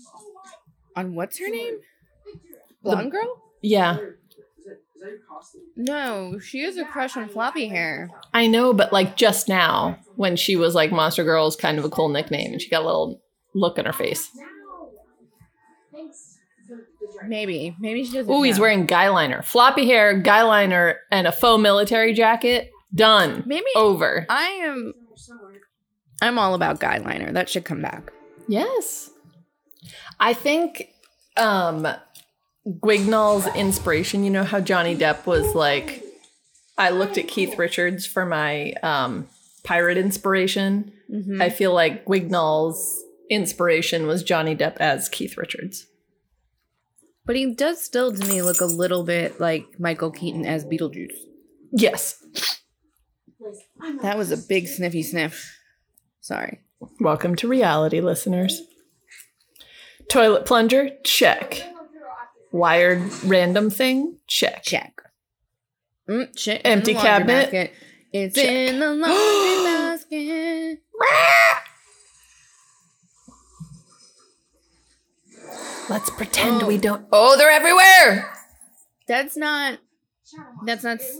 On what's her name? Blonde girl?
Yeah.
No, she has a crush on floppy hair.
I know, but like just now when she was like Monster Girl's kind of a cool nickname and she got a little look in her face.
Maybe. Maybe she doesn't.
Ooh, he's
know.
wearing guy liner. Floppy hair, guy liner, and a faux military jacket. Done.
Maybe
Over.
I am. I'm all about guy liner. That should come back.
Yes. I think um Guignol's inspiration, you know how Johnny Depp was like I looked at Keith Richards for my um pirate inspiration.
Mhm.
I feel like Guignol's inspiration was Johnny Depp as Keith Richards.
But he does still, to me, look a little bit like Michael Keaton as Beetlejuice.
Yes.
That was a big sniffy sniff. Sorry.
Welcome to reality, listeners. Toilet plunger, check. Wired random thing, check.
Check. Mm, shit,
Empty
it's in the laundry
cabinet.
basket. It's
Check.
in the laundry basket.
Let's pretend
Oh.
we don't. Oh, they're everywhere.
That's not. That's not. s-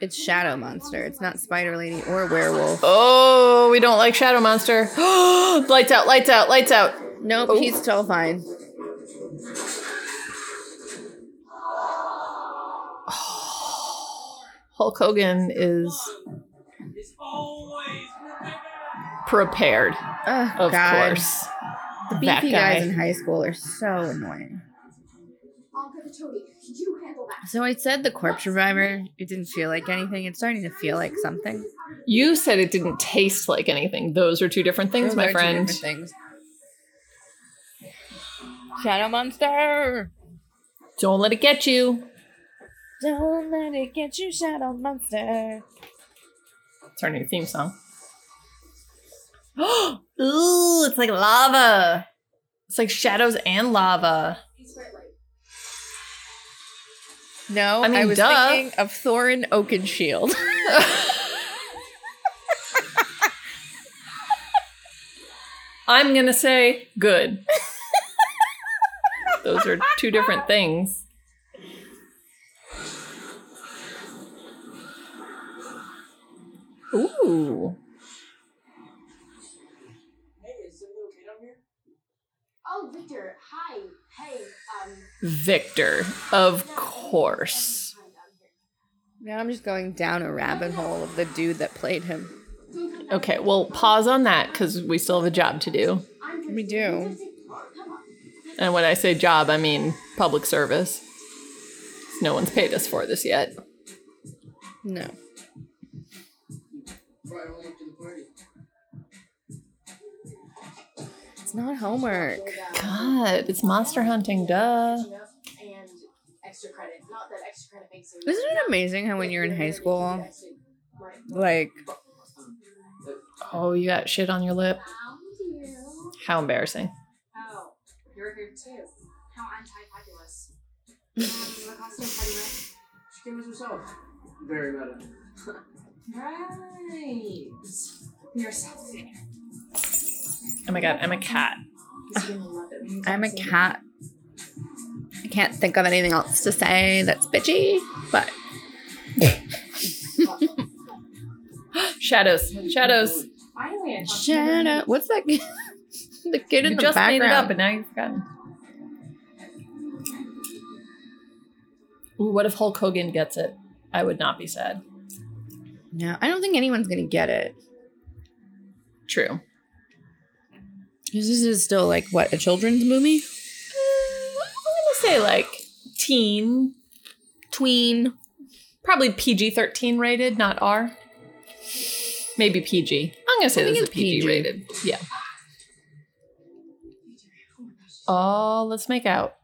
It's Shadow Monster. It's not Spider Lady or Werewolf.
Oh, we don't like Shadow Monster. lights out, lights out, lights out.
Nope, he's still fine.
Hulk Hogan is prepared.
Oh,
of
God.
course.
The
That
beefy
guy.
guys in high school are so annoying.
Anka the Toady, you handle that.
So I said the corpse reviver. It didn't feel like anything. It's starting to feel like something.
You said it didn't taste like anything. Those are two different things,
Those
my
are two
friend.
different things. Shadow monster.
Don't let it get you.
Don't let it get you, shadow monster.
It's our new theme song.
Ooh, it's like lava.
It's like shadows and lava.
No,
I
I,
mean,
was
duh.
thinking of Thorin Oakenshield.
I'm gonna say good. Those are two different things. Ooh.
Oh, Victor, hi. Hey, um,
Victor, of course.
now I'm just going down a rabbit hole of the dude that played him.
Okay, well, pause on that because we still have a job to do.
We do.
And when I say job, I mean public service. No one's paid us for this yet.
No. It's not homework.
God, it's monster hunting, duh.
and extra credit. Not that extra credit makes it.
Isn't it amazing how when you're in high school, like
Oh, you got shit on your lip. How embarrassing.
Oh, you're here too. How anti-fabulous. Um, the costume party, right?
She came as herself. Very meta.
Right. Yourself.
Oh my god, I'm a cat.
I'm a cat. I can't think of anything else to say that's bitchy, but
Shadows. Shadows.
Finally, I talked to
shut up. What's that? kid- the kid in
You
the
just made
background.
it up and now you've forgotten. Ooh, what if Hulk Hogan gets it? I would not be sad.
no, I don't think anyone's gonna get it.
True.
'Cause This is still like what a children's movie.
I'm gonna say like teen, tween, probably PG thirteen rated, not R. Maybe PG. I'm gonna say this is PG, rated. Yeah. Oh, let's make out.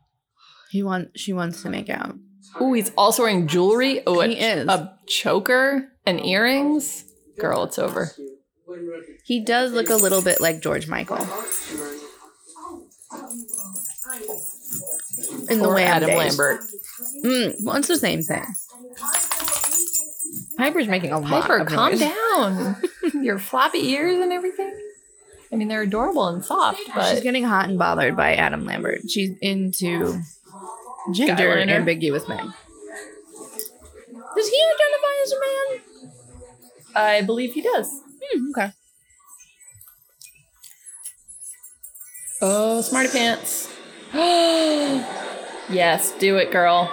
He wants. She wants to make out.
Ooh, he's also wearing jewelry. Oh, a,
He is.
a choker and earrings. Girl, it's over.
He does look a little bit like George Michael. in the
Poor
Lamb
Adam
days.
Lambert.
Mm, well, it's the same thing.
Piper's making a
lot
Piper,
of
calm
noise.
down. Your floppy ears and everything. I mean, they're adorable and soft, but
She's getting hot and bothered by Adam Lambert. She's into gender
Skyliner.
ambiguous men.
does he identify as a man? I believe he does.
Hmm, okay.
Oh, smarty pants. yes, do it, girl.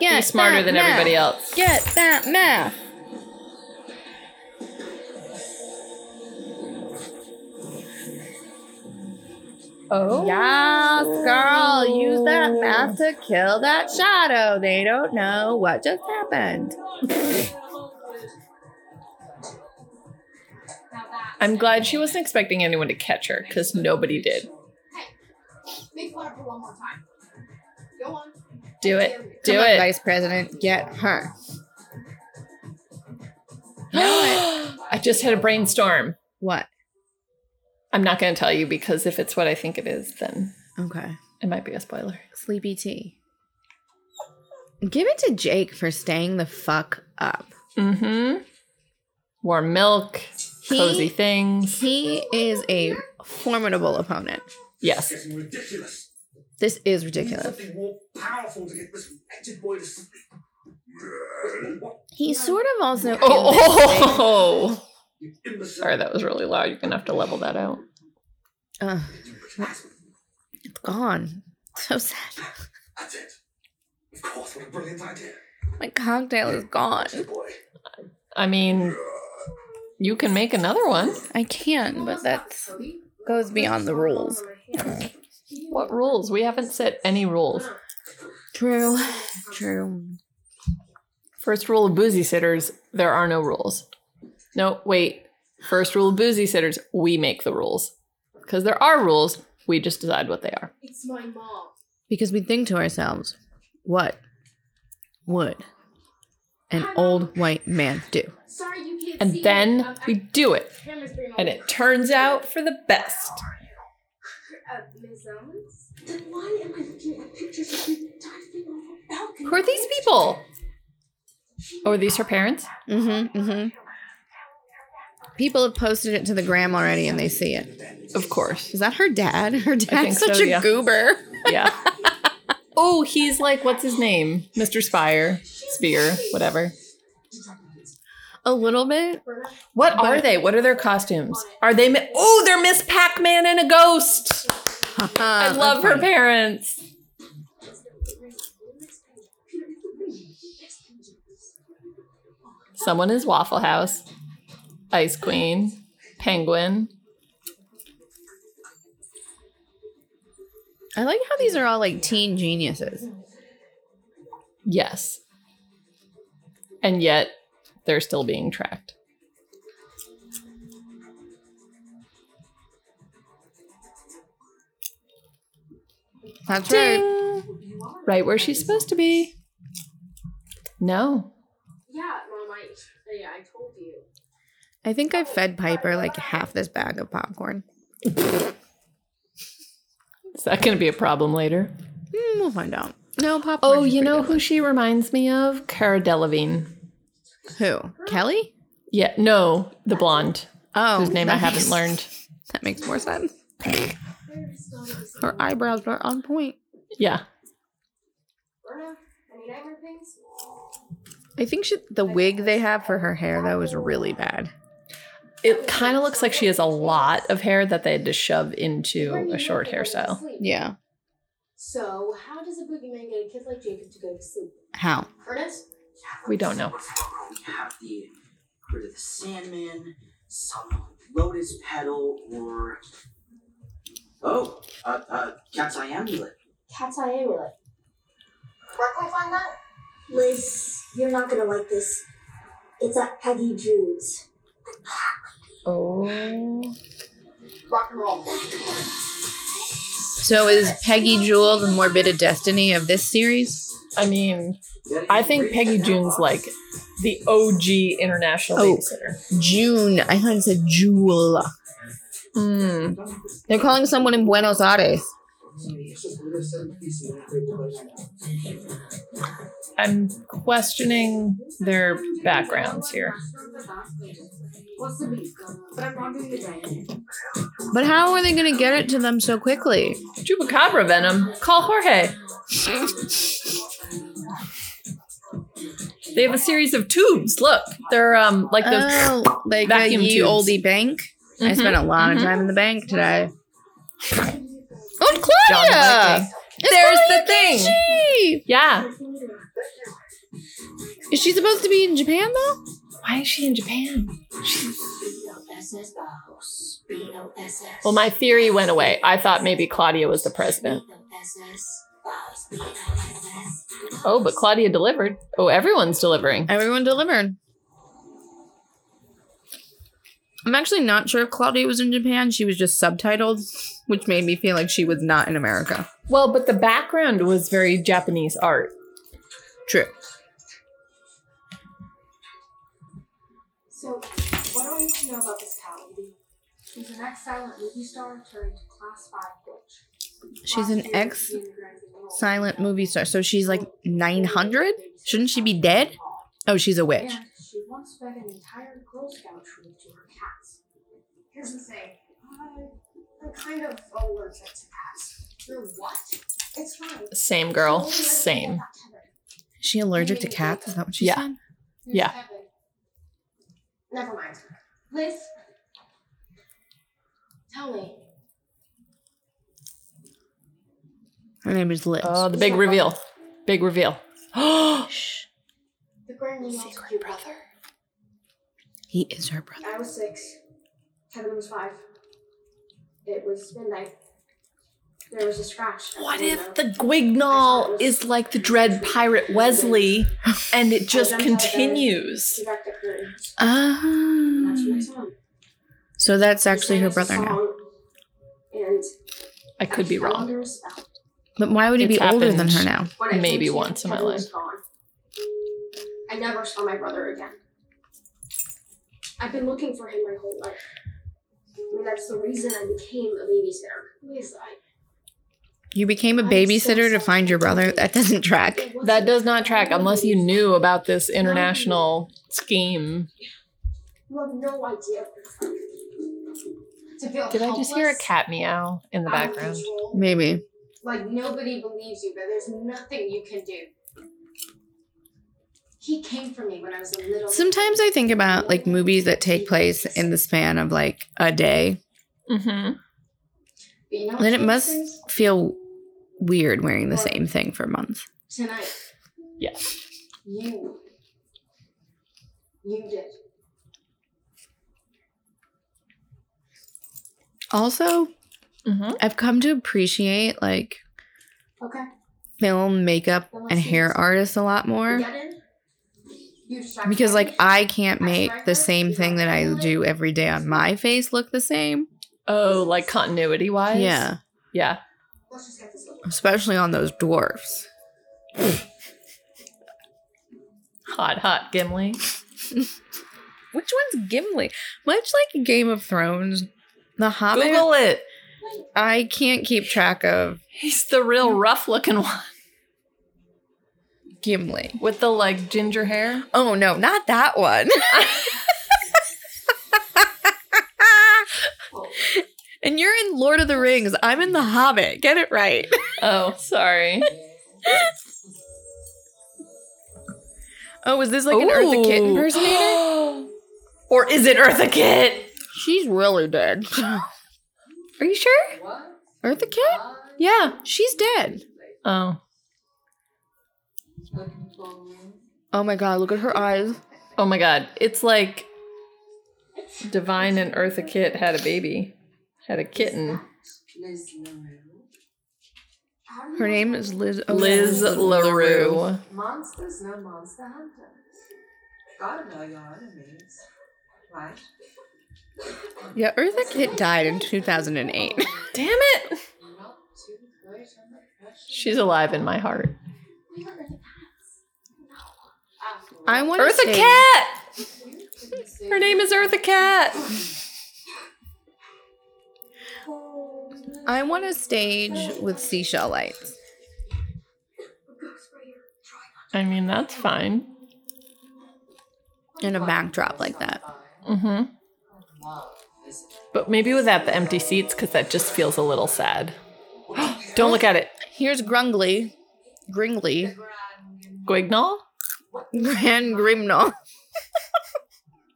Get
Be smarter
that
than
math.
everybody else.
Get that math.
Oh.
Yes, girl, use that math to kill that shadow. They don't know what just happened.
I'm glad she wasn't expecting anyone to catch her because nobody did.
Make fun of her one more time. Go on.
Do it. Do
Come on,
it.
Vice President, get her.
I just had a brainstorm.
What?
I'm not going to tell you because if it's what I think it is, then
Okay.
it might be a spoiler.
Sleepy T. Give it to Jake for staying the fuck up.
Mm-hmm. Warm milk,
He-
cozy things.
He is a formidable opponent.
Yes.
It's getting ridiculous.
This is
We need
ridiculous.
Something more powerful to get this wretched boy to sleep.
He's sort of also. in this thing-
Oh, sorry, that was really loud. You're gonna have to level that out.
Ugh. it's gone. So sad.
That's it. Of course, what a brilliant idea.
My cocktail is gone.
I mean, you can make another one.
I can, but that goes beyond the rules.
What rules? We haven't set any rules.
True. True.
First rule of boozy sitters: there are no rules. No, wait. First rule of boozy sitters: we make the rules because there are rules. We just decide what they are.
It's my mom.
Because we think to ourselves, what would an old white man do?
Sorry you can't see
And
me.
then
Um,
we do it,
I- Cameras bring all
and
this-
it turns out for the best.
Uh, Ms. Owens?
Then why am I looking at pictures of you diving off a balcony?
Who are these people? Oh, are these her parents?
Mm-hmm. Mm-hmm. People have posted it to the gram already and they see it.
Of course.
Is that her dad? Her dad's
think
such
so,
a
yeah.
goober.
Yeah. oh, he's like, what's his name? Mr. Spire, Spear, whatever.
A little bit.
What are they? What are their costumes? Are they? Mi- oh, they're Miss Pac Man and a ghost. I love her parents. Someone is Waffle House, Ice Queen, Penguin.
I like how these are all like teen geniuses.
Yes. And yet they're still being tracked.
That's
Ding! Right where she's supposed to be. No.
Yeah, mom, I, yeah, I told you.
I think I fed Piper like half this bag of popcorn.
Is that going to be a problem later?
Mm, we'll find out. No popcorn.
Oh, you know who she reminds me of? Cara Delevingne.
Who? Kelly?
Yeah, no, the blonde.
Oh,
whose name I
that
haven't
makes-
learned.
That makes more sense. Her eyebrows are on point.
Yeah.
Verna, any nightmare things?
I think she, the wig they have for her hair though is really bad.
It kind of looks like she has a lot of hair that they had to shove into a short hairstyle.
Yeah.
So, how does a boogeyman get a kid like Jacob to go to sleep?
How?
Ernest?
We don't know.
We have the Crit of the Sandman, some Lotus Petal, or. Oh, uh, uh, Cat's Eye Amulet.
Cat's eye amulet. Where can we find that? Liz, you're not gonna like this. It's at Peggy Drew's.
Oh.
Rock and roll.
So is Peggy Jewel the morbid destiny of this series?
I mean, I think Peggy June's like the OG international
Oh.
babysitter.
June. I thought it said Jewel.
Mm. Hmm.
They're calling someone in Buenos Aires.
I'm questioning their backgrounds here.
What's the beef? But I'm not doing the dragon.
But how are they going to get it to them so quickly?
Chupacabra venom. Call Jorge. They have a series of tubes. Look, they're um like those
Oh, like the Mm-hmm.
vacuum
ye
tubes.
olde bank. I
Mhm,
spent a lot
mhm.
of time in the bank today.
Oh,
John
Claudia! There's the thing. Yeah.
Is she supposed to be in Japan though?
Why is she in Japan?
BOSS boss. BOSS.
Well, my theory went away. I thought maybe Claudia was the president.
BOSS.
Oh, but Claudia delivered. Oh, everyone's delivering.
Everyone delivered. I'm actually not sure if Claudia was in Japan. She was just subtitled, which made me feel like she was not in America.
Well, but the background was very Japanese art.
True.
So, what do I need to know about this cow? She's an ex-silent movie star turned class five witch.
She's an ex silent movie star. So she's like 900? Shouldn't she be dead? Oh, she's a witch.
And she once fed an entire Girl Scout troop to her cats. Here's the thing. I- I'm kind of allergic to cats. You're what? It's fine.
Same girl, same.
Is she allergic to cats? Is that what she
Yeah.
said?
Here's
Yeah.
Kevin. Never mind. Liz, tell me.
Her name is Liz.
Oh, the big reveal. Big reveal.
The Grand Secret brother.
He is her brother.
I was six. Kevin was five. It was midnight. There was a scratch. at the
What
window.
if the Guignol is like the dread pirate Wesley and it just continues?
She backed up her-
Ah. So that's actually her brother now.
And
I could be wrong.
under a spell.
But why would he
It's
be older than her now?
happened.
When I
Maybe
came to,
once in my
Kevin
life.
was gone. I never saw my brother again. I've been looking for him my whole life. I mean, that's the reason I became a babysitter. Please, I,
You became a babysitter to find your brother? That doesn't track.
That does not track unless you knew about this international scheme.
you have no idea. To feel
Did I just hear a
helpless,
cat meow in the
out of
background?
control,
Maybe.
Like nobody believes you, but there's nothing you can do. He came for me when I was a little.
Sometimes I think about like movies that take place in the span of like a day.
Mm-hmm.
But you know
Then
what
it
he
must
says?
feel weird wearing the same thing for months.
Tonight,
Yes.
you. You did.
Also,
Mhm.
I've come to appreciate like
Okay.
film, makeup, and hair artists a lot more
Get in. You distract
because
me.
like I can't make the same thing that I do every day on my face look the same.
Oh, like continuity wise?
Yeah,
Yeah.
Let's just get this over.
especially on those dwarfs.
Hot, hot Gimli.
Which one's Gimli? Much like Game of Thrones, The Hobbit.
Google it.
I can't keep track of
He's the real rough looking one
Gimli.
with the like ginger hair.
Oh no, not that one. and you're in Lord of the Rings. I'm in The Hobbit. Get it right.
Oh, sorry.
Oh, is this like an Eartha Kitt
Ooh.
impersonator?
or is it Eartha Kitt?
She's really dead. Are you sure? Eartha Kitt? Yeah, she's dead.
Oh.
Oh my god, look at her eyes.
Oh my god. It's like Divine and Eartha Kitt had a baby. Had a kitten.
Liz LaRue.
Her name is Liz. O-
Liz LaRue.
Monsters, no monster hunter. Gotta know your enemies. Right?
Yeah, Eartha Kitt died in 2008.
Damn it.
Not too great on the pressure.
She's alive in my heart.
I want to
Eartha
say
Cat! Her name is Eartha Cat.
I want a stage with seashell lights.
I mean, that's fine.
And a backdrop like that.
Mm-hmm. But maybe without the empty seats, because that just feels a little sad. Don't look at it.
Here's Grungly. Gringly.
Guignol?
Grand Grimnal.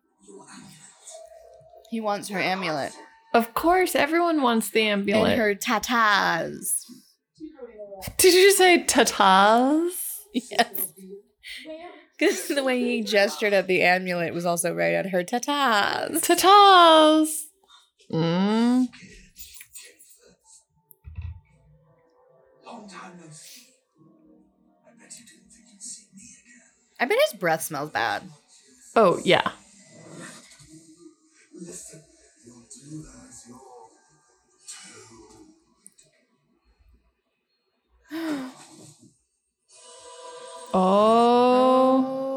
he wants her amulet.
Of course, everyone wants the amulet.
And her tatas.
Did you say tatas?
Yes. Because the way he gestured at the amulet was also right at her tatas.
Tatas. Mm.
Long time no see. I bet you didn't think you'd see me again.
I bet his breath smells bad.
Oh, yeah.
Listen, you'll do as you're told.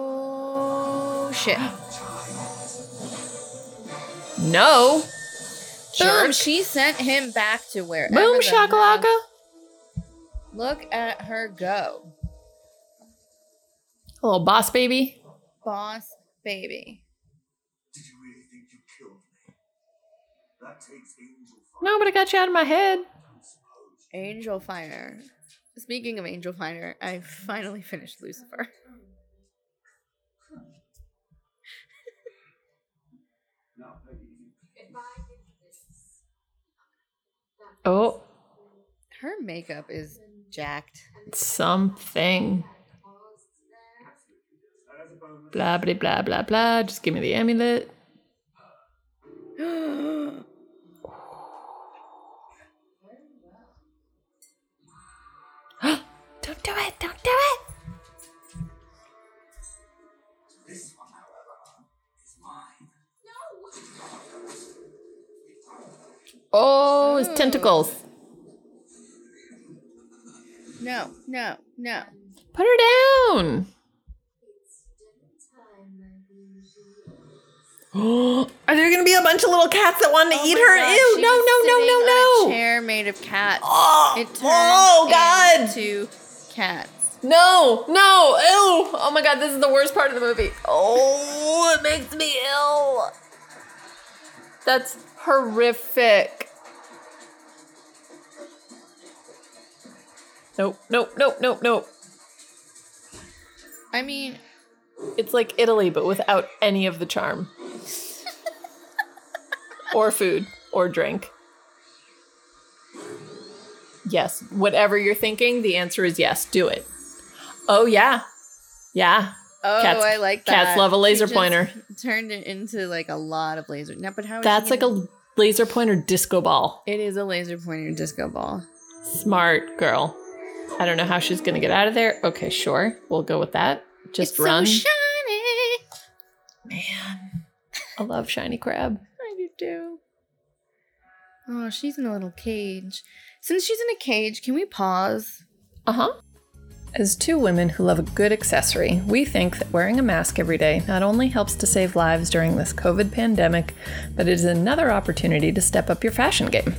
Oh.
Shit.
No.
Boom, she sent him back to where.
Boom, shakalaka.
Look at her go.
Hello, boss baby.
Boss baby.
Did you really think you killed me? That takes angel fire.
No, but I got you out of my head.
Angel Fire. Speaking of Angel Fire, I finally finished Lucifer.
Oh,
Her makeup is jacked.
something. Blah, blah, blah, blah, blah. Just give me the amulet. Don't do it. Don't do it.
This one, however, is mine.
Oh, his tentacles.
No, no, no.
Put her down. Are there going to be a bunch of little cats that want to
Oh
eat her? Ew, no, no, no, no,
on A
no.
chair made of cats.
Oh,
it turns
oh, God.
into cats.
No, no, ew. Oh my God, this is the worst part of the movie. Oh, it makes me ill. That's horrific. Nope, nope, nope, nope, nope.
I mean,
It's like Italy, but without any of the charm. or food, or drink. Yes, whatever you're thinking, the answer is yes, do it. Oh, yeah. Yeah.
oh,
Cats-
I like that.
cats love a
She
laser
just
pointer. Turned
it into like a lot of laser. No, but how? is
That's
she
like
gonna-
a laser pointer disco ball.
It is a laser pointer disco ball.
Smart girl. I don't know how she's going to get out of there. Okay, sure. We'll go with that. Just
It's
run.
So shiny.
Man, I love shiny crab.
I do too. Oh, she's in a little cage. Since she's in a cage, can we pause?
Uh huh. As two women who love a good accessory, we think that wearing a mask every day not only helps to save lives during this COVID pandemic, but it is another opportunity to step up your fashion game.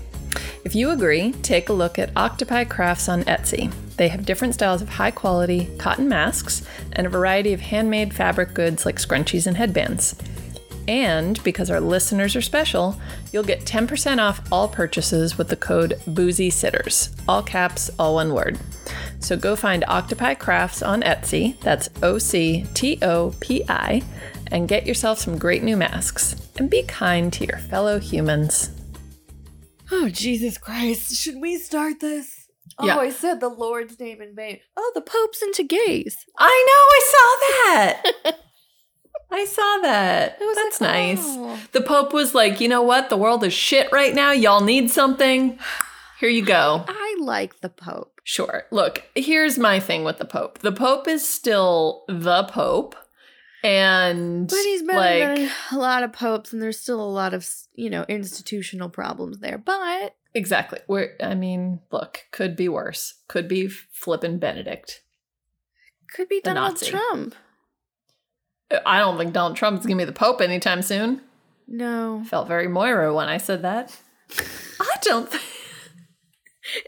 If you agree, take a look at Octopi Crafts on Etsy. They have different styles of high quality cotton masks and a variety of handmade fabric goods like scrunchies and headbands. And because our listeners are special, you'll get 10% off all purchases with the code Boozy Sitters, all caps, all one word. So go find Octopi Crafts on Etsy, that's O C T O P I, and get yourself some great new masks. And be kind to your fellow humans.
Oh, Jesus Christ. Should we start this?
Yeah.
Oh, I said the Lord's name in vain. Oh, the Pope's into gays.
I know, I saw that. I saw that.
was
That's
like,
nice.
oh.
The Pope was like, you know what? The world is shit right now. Y'all need something. Here you go.
I like the Pope.
Sure. Look, here's my thing with the Pope. The Pope is still the Pope, and
But he's better
like
than a lot of popes, and there's still a lot of, you know, institutional problems there. But
exactly. Where I mean, look, could be worse. Could be flippin' Benedict.
could be
The
Donald
Nazi.
Trump.
I don't think Donald Trump's gonna be the Pope anytime soon.
No.
Felt very Moira when I said that. I don't. Th-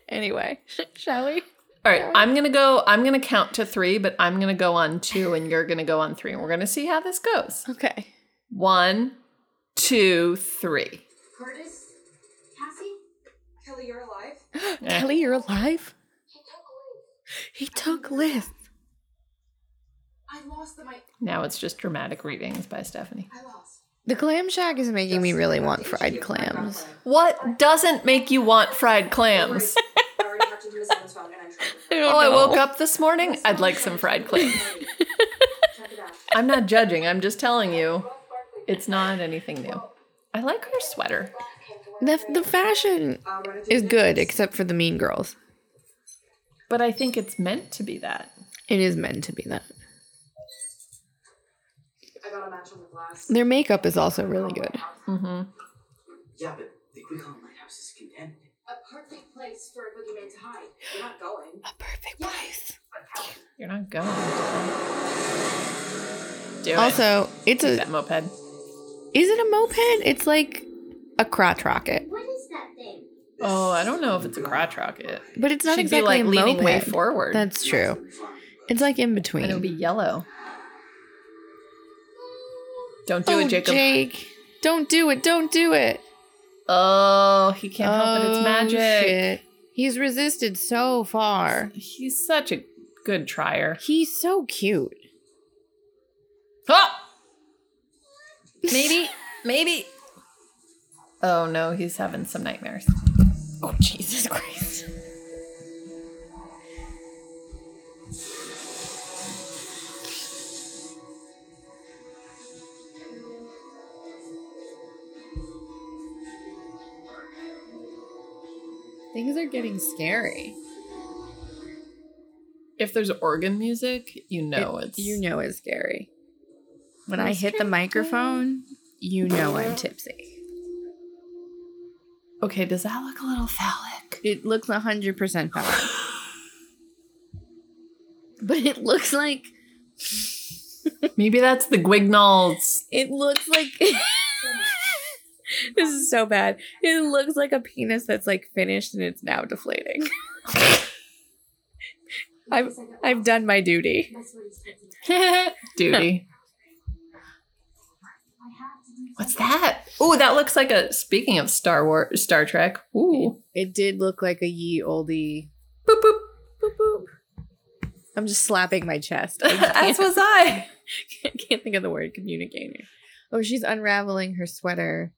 Anyway, shall we?
All right, I'm gonna go. I'm gonna count to three, but I'm gonna go on two, and you're gonna go on three, and we're gonna see how this goes.
Okay.
One, two, three.
Curtis? Cassie? Kelly, you're alive?
Kelly, you're alive? He took Liz.
I lost them. I,
Now it's just dramatic readings by Stephanie.
I lost.
The clam shack is making me really want fried clams.
What doesn't make you want fried clams?
I already talked to the someone's phone and I'm trying to
oh, I woke up this morning. I'd like some fried clams. I'm not judging. I'm just telling you, it's not anything new. I like her sweater.
The, the fashion is good, except for the mean girls.
But I think it's meant to be that.
It is meant to be that.
I got a match on the glass.
Their makeup is also really good.
Mm-hmm.
Yeah, but the Quicon Lighthouse is condemned.
A perfect place for a boogeyman to hide. We're not going. A
perfect place.
You're not going. Do it.
Also, it's a
that moped.
Is it a moped? It's like a crotch rocket,
What is that thing?
Oh, I don't know if it's a crotch rocket.
but it's not
Should
exactly
be like
a
leaning
moped.
way forward.
That's true. It's like in between.
and it'll be yellow. Don't do
oh,
it, Jacob.
Jake, don't do it! Don't do it!
Oh, he can't help it.
Oh,
It's magic.
shit. He's resisted so far.
He's such a good trier.
He's so cute.
Ah! Maybe, maybe. Oh no, he's having some nightmares. Oh Jesus Christ!
Things are getting scary.
If there's organ music, you know
It-
it's
you know it's scary. When I
It's
hit the
kinda-
microphone, you know I'm tipsy.
Okay, does that look a little phallic?
It looks 100% fine. but it looks like
Maybe that's the Guignol's.
it looks like This is so bad. It looks like a penis that's like finished and it's now deflating. I've I've done my duty.
That's what he's thinking.
duty. What's that? Oh, that looks like a. Speaking of Star War, Star Trek. Ooh,
It did look like a ye oldie.
boop boop.
I'm just slapping my chest.
As was I.
I can't think of the word communicator. Oh, she's unraveling her sweater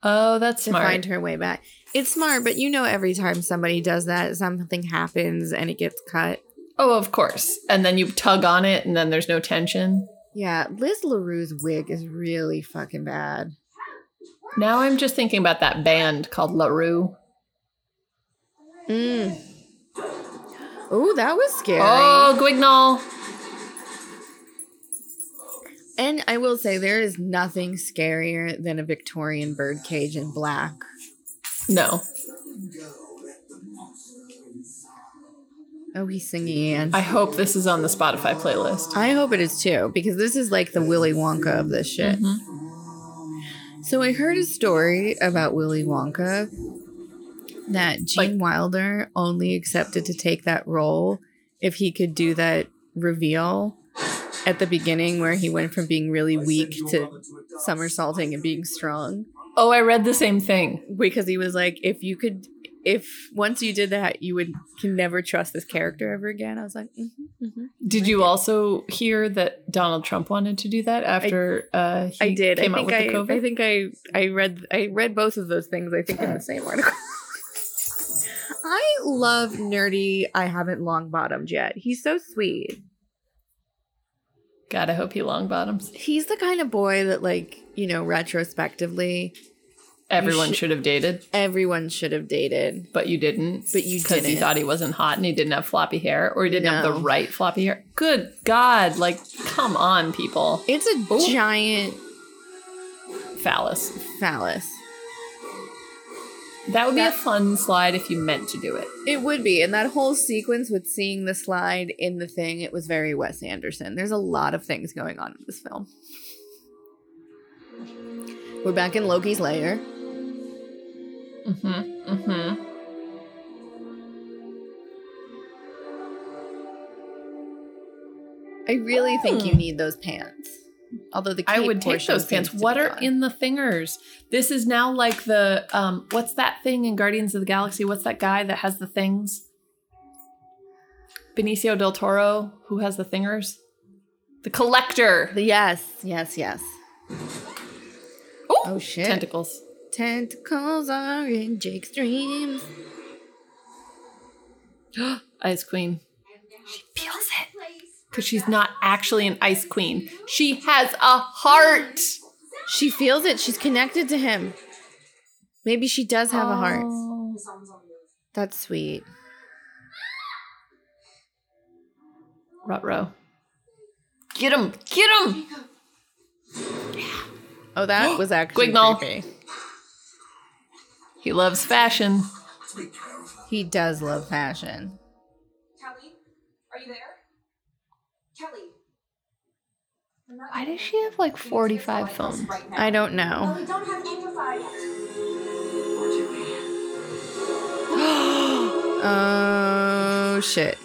Oh, that's
to
smart.
find her way back. It's smart, but you know, every time somebody does that, something happens and it gets cut.
Oh, of course. And then you tug on it, and then there's no tension.
Yeah, Liz LaRue's wig is really fucking bad.
Now I'm just thinking about that band called LaRue.
Mm. Oh, that was scary.
Oh, Guignol.
And I will say, there is nothing scarier than a Victorian birdcage in black.
No,
Oh, he's singing Anne.
I hope this is on the Spotify playlist.
I hope it is too, because this is like the Willy Wonka of this shit. So I heard a story about Willy Wonka that Gene Wilder only accepted to take that role if he could do that reveal at the beginning where he went from being really weak to somersaulting and being strong
Oh, I read the same thing.
because he was like if you could if once you did that you would can never trust this character ever again i was like mhm, mhm.
Did you also hear that Donald Trump wanted to do that after uh, he
I did.
came
I
out
think
with
I,
the COVID?
I think I, I read I read both of those things. I think in the same article. I love nerdy. I haven't long bottomed yet. He's so sweet.
God, I hope he long bottoms.
He's the kind of boy that, like, you know, retrospectively,
Everyone
should-
should have dated,
everyone should have dated.
but you didn't.
But you
because he
didn't.
thought he wasn't hot and he didn't have floppy hair, or he didn't have
No.
the right floppy hair. Good God! Like, come on, people.
It's a giant
Phallus.
phallus.
That would be a fun slide if you meant to do it.
It would be, and that whole sequence with seeing the slide in the thing, it was very Wes Anderson. There's a lot of things going on in this film. We're back in Loki's lair.
Mm-hmm. Mm-hmm.
I really think you need those pants. Although the
I
cape
would take
portion
those pants.
seems to
What
be
are
gone.
in the fingers? This is now like the um what's that thing in Guardians of the Galaxy? What's that guy that has the things? Benicio del Toro, who has the fingers? The collector.
yes, yes, yes.
oh shit. Tentacles.
Tentacles are in Jake's dreams.
Ice Queen. She feels it. Because she's not actually an Ice Queen. She has a heart.
She feels it. She's connected to him. Maybe she does have a heart. That's sweet.
Rutro. Get him! Get him!
Oh, that was actually
Guignol.
creepy.
He loves fashion.
He does love fashion.
Kelly, are you there? Kelly.
Why does she have like 45 phones?
I don't know.
We don't have any fire yet.
Oh shit.
Do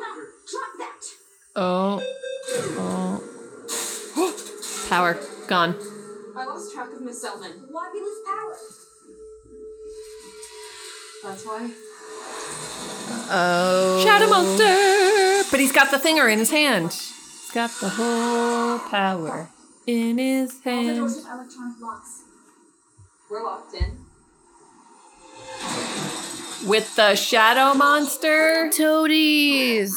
not drop that.
Oh. Oh. Power gone.
I lost track of Miss Selman. Why we lose power? That's why.
Oh.
Shadow monster! But he's got the thinger in his hand. He's got the whole power in his
All the
hand.
doors have electronic locks. We're locked in.
With the shadow monster.
Toadies.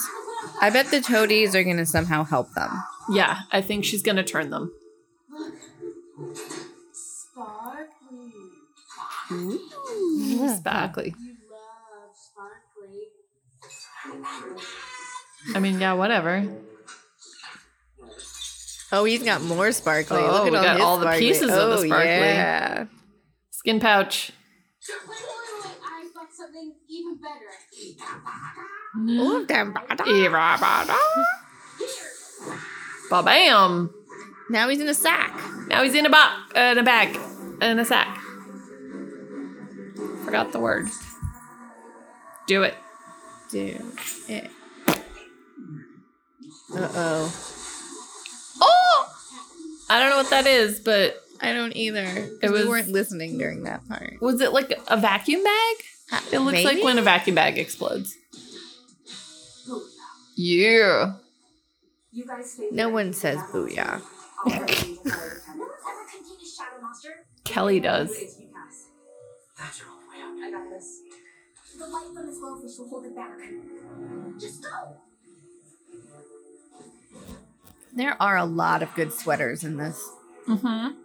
I bet the toadies are gonna somehow help them.
Yeah, I think she's gonna turn them.
Sparkly.
Sparkly.
You love sparkly.
I mean, yeah, whatever.
Oh, he's got more sparkly.
Oh,
Look at
we
all,
got
his
all the
sparkly.
pieces of the
Oh,
sparkly.
Yeah.
Skin pouch.
Wait, wait, wait, wait. I got something even better.
Ooh, damn.
Ba bam.
Now he's in a sack.
Now he's in a bo- uh, in a bag, in a sack. Forgot the word. Do it.
Do it. Uh oh.
Oh! I don't know what that is, but
I don't either.
It
It
was-
we weren't listening during that part.
was it like a vacuum bag? It looks like
maybe?
when a vacuum bag explodes. Yeah.
You guys stay
No one says booyah.
No one's ever contained a shadow monster.
Kelly does.
It's you guys. That's your only way out. I got this. The light from this glowfish will hold it back. Just go.
There are a lot of good sweaters in this.
Mm-hmm.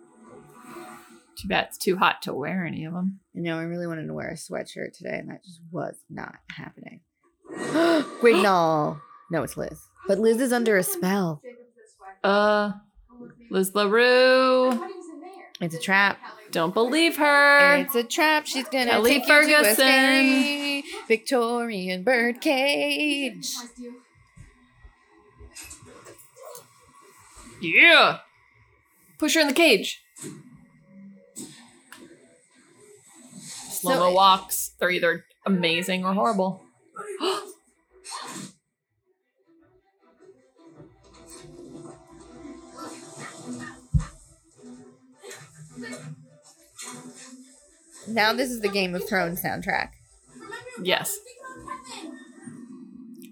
Too bad it's too hot to wear any of them.
You know, I really wanted to wear a sweatshirt today, and that just was not happening. Guignol. No, it's Liz. But Liz is under a spell.
Uh, Liz LaRue.
It's a trap.
Don't believe her.
It's a trap. She's gonna
Kelly
take you to a
Ferguson.
scary Victorian birdcage.
Yeah. Push her in the cage. Slow mo walks. They're either amazing or horrible.
Now this is the Game of Thrones soundtrack.
Yes.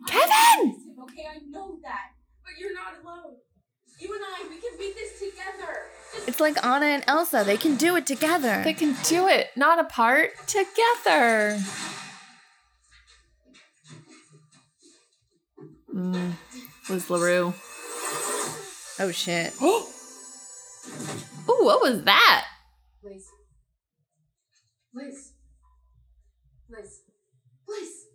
Kevin! Okay, I know that. But you're not alone. You and I, we can beat this together.
It's like Anna and Elsa. They can do it together.
They can do it, not apart, together. Mm, Liz LaRue.
Oh shit.
Oh, what was that?
Please. Please. Please. Please.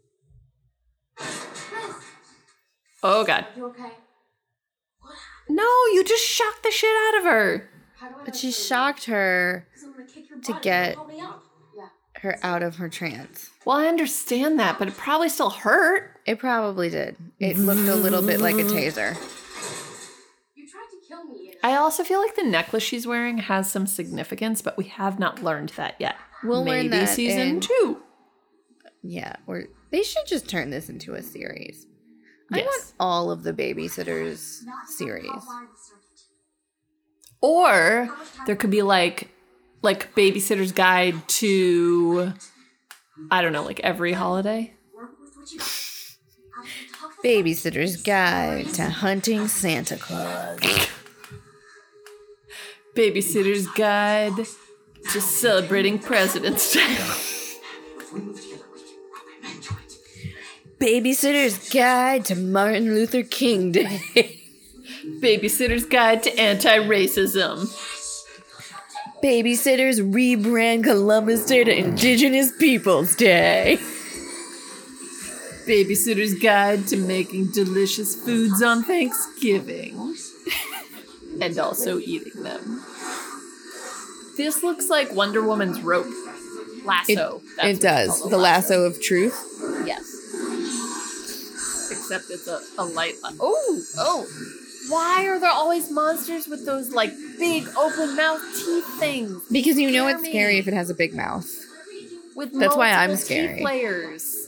Oh, God.
Are you okay?
No, you just shocked the shit out of her.
But she shocked her
I'm gonna kick your
To
butt.
get-
Help me up. Yeah.
her out of her trance.
Well, I understand that, but it probably still hurt.
It probably did. It looked a little bit like a taser.
You tried to kill me.
I also feel like the necklace she's wearing has some significance, but we have not learned that yet.
We'll learn
Maybe
that
season
in-
two.
Yeah, or they should just turn this into a series. I want all of the babysitters series.
Or there could be like like babysitter's guide to I don't know, like every holiday.
Babysitter's Guide to Hunting Santa Claus.
Babysitter's guide to celebrating President's Day.
Babysitter's Guide to Martin Luther King Day.
Babysitter's Guide to Anti-Racism.
Babysitters rebrand Columbus Day to Indigenous Peoples Day.
Babysitter's Guide to Making Delicious Foods on Thanksgiving. and also eating them. This looks like Wonder Woman's rope. Lasso.
It, it does. The lasso of truth.
Yes. Except it's a, a light. la- Oh, oh. Why are there always monsters with those like big open mouth teeth things?
Because you know
Scare
it's
me.
scary if it has a big mouth.
With
That's why I'm
multiple teeth
scary.
Layers.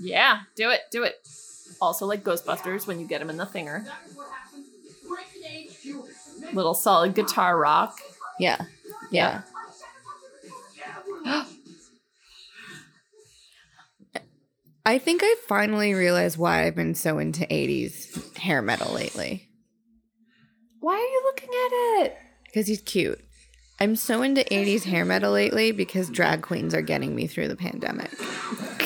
yeah, do it, do it. Also, like Ghostbusters, when you get them in the thinger, little solid guitar rock.
Yeah. Yeah. I think I finally realized why I've been so into 80s hair metal lately.
Why are you looking at it?
Because he's cute. I'm so into 80s hair metal lately because drag queens are getting me through the pandemic.
Don't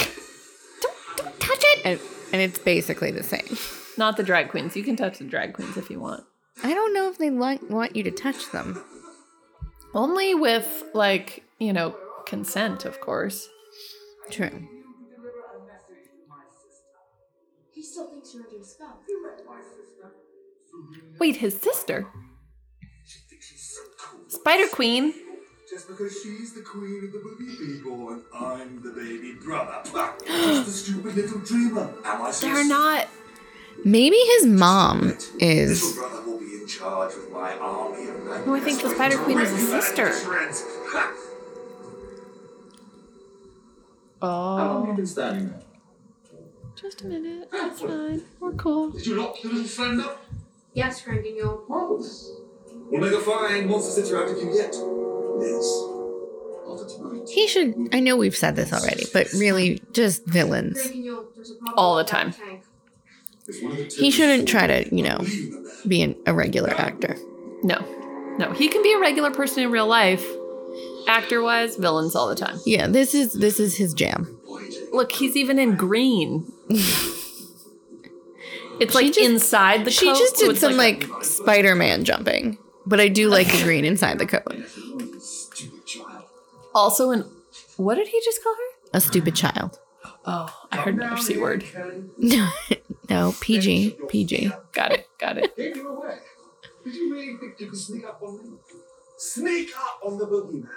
touch it.
And, and it's basically the same.
Not the drag queens. You can touch the drag queens if you want.
I don't know if they like, want you to touch them.
Only with like you know consent, of course.
True.
He still thinks you're a good spell.
Wait, his sister. Spider Queen.
Just because she's the queen of the booby people and I'm the baby brother. Just a stupid little dreamer. Am I so
They're not.
Maybe his mom is.
brother will be in charge with my army of men.
No, I think the Spider Queen is his sister.
How long have
Oh.
you been standing there?
Just a minute. It's fine. We're cool.
Did you lock your little friend up?
Yes, Grandignol.
We'll make a fine monster sitter out of you yet. Yes. After tonight.
He should. I know we've said this already, but really, just villains.
Grandignol, there's a problem.
All the time.
He shouldn't try to, you know, be an, a regular actor.
No. No. He can be a regular person in real life. Actor wise, villains all the time.
Yeah, this is this is his jam.
Look, he's even in green. it's like
just-
inside the
She
coat,
just
so
did
it's
some
like
like, Spider-Man jumping, but I do like the green inside the coat.
also an what did he just call her?
A stupid child.
Oh, I heard another C word.
no, PG, PG.
Got it. Got it.
Gave you away. Did you really think you could sneak up on me? Sneak up on the boogeyman.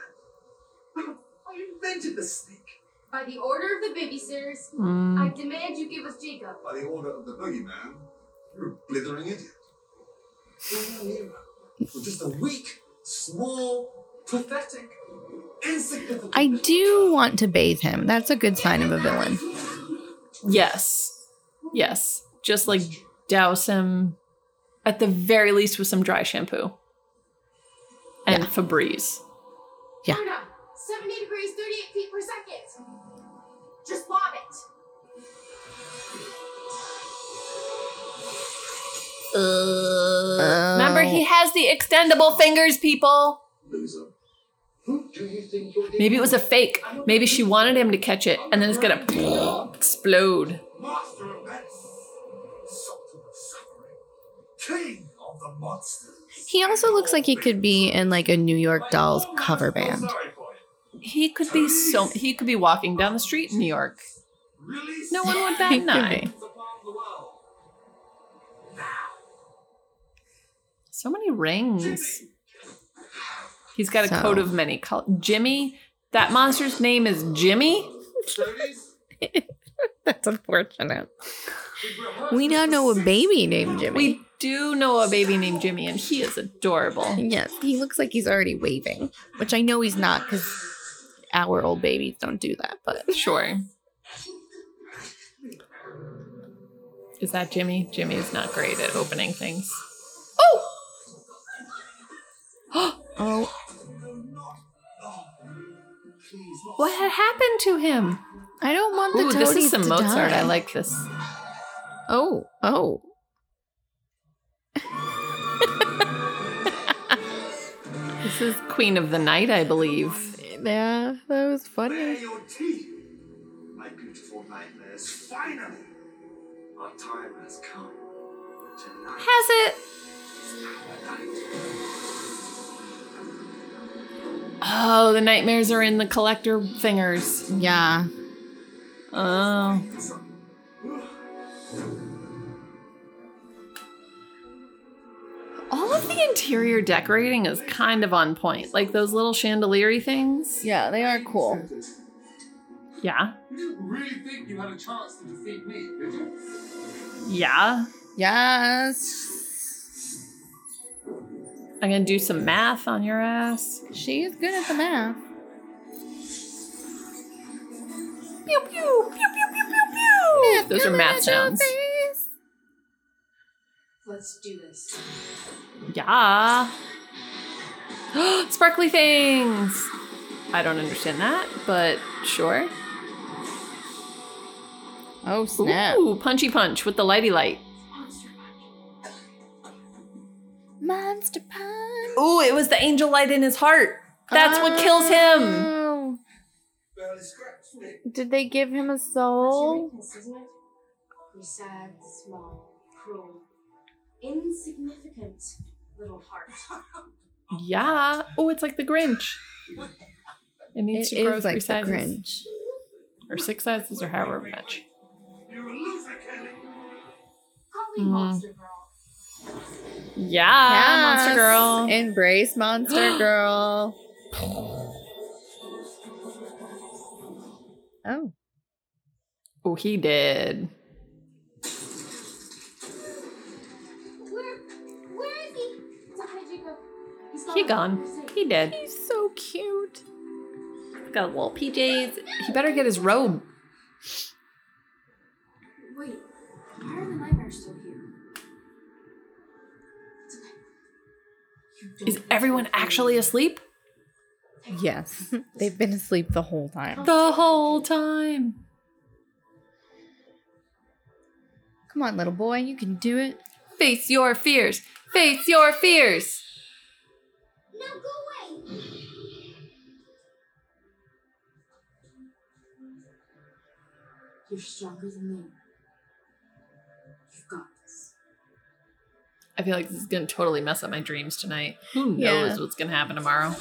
I invented the sneak.
By the order of the babysitters,
Mm.
I demand you give us Jacob.
By the order of the boogeyman, you're a blithering idiot. You're no hero. You're just a weak, small, pathetic, insignificant.
I do want to bathe him. That's a good sign of a villain.
Yes. Yes. Just like douse him at the very least with some dry shampoo. And Febreze.
Yeah.
Luna, 70 degrees, 38 feet per second. Just bob it.
Remember, he has the extendable fingers, people.
Loser. Who do you think you're
Maybe it was a fake. Maybe she wanted him to catch it, and then it's gonna explode.
Master of men. Sultan of suffering. King of the monsters.
He also looks like he could be in like a New York Dolls cover band.
He could be so. He could be walking down the street in New York. No one would bat
He
an
could
eye.
be.
So many rings. He's got a
So-
coat of many colors. Jimmy. That monster's name is Jimmy.
That's unfortunate. We now know a baby named Jimmy.
We do know a baby named Jimmy, and he is adorable.
Yes, he looks like he's already waving, which I know he's not because hour old babies don't do that, but
sure. Is that Jimmy? Jimmy is not great at opening things.
Oh,
What had happened to him?
I don't want the
Ooh, this
toadies
is some
to
Mozart.
die.
I like this.
Oh, oh.
This is Queen of the Night, I believe.
Yeah, that was funny.
your teeth, my beautiful nightmares. Finally, our time has come. Tonight
Has it?
is our night.
Oh, the nightmares are in the collector fingers.
Yeah.
Oh. All of the interior decorating is kind of on point. Like those little chandelier things.
Yeah, they are cool.
Yeah.
You didn't really think you had a chance to defeat me, did you?
Yeah.
Yes.
I'm going to do some math on your ass.
She is good at the math.
Pew, pew, pew, pew, pew, pew, pew. Those are math sounds.
Let's do this.
Yeah. Sparkly things. I don't understand that, but sure.
Oh snap.
Ooh, punchy punch with the lighty light.
Monster pie.
Ooh, it was the angel light in his heart. That's what kills him.
him. Oh. Did they give him a soul?
This isn't it. Your sad, small, cruel, insignificant little heart.
Yeah. Oh, it's like the Grinch. It needs
It
to grow
is
three
like the
sizes.
Grinch.
Or six sizes or however much.
Probably
Mm.
monster girl.
Yeah, Monster
Yes.
Girl.
Embrace Monster Girl. Oh.
oh, he did.
Where, where is he? How did you go? He's
He gone. He dead.
He's so cute.
Got little PJs. He better get his robe.
Wait, why are the nightmares still here? It's okay. You don't
Is everyone actually asleep?
Yes. They've been asleep the whole time.
The whole time.
Come on, little boy. You can do it.
Face your fears. Face your fears.
Now go away.
You're stronger than me. You've got this.
I feel like this is gonna totally mess up my dreams tonight. Who knows
Yeah.
what's gonna happen tomorrow?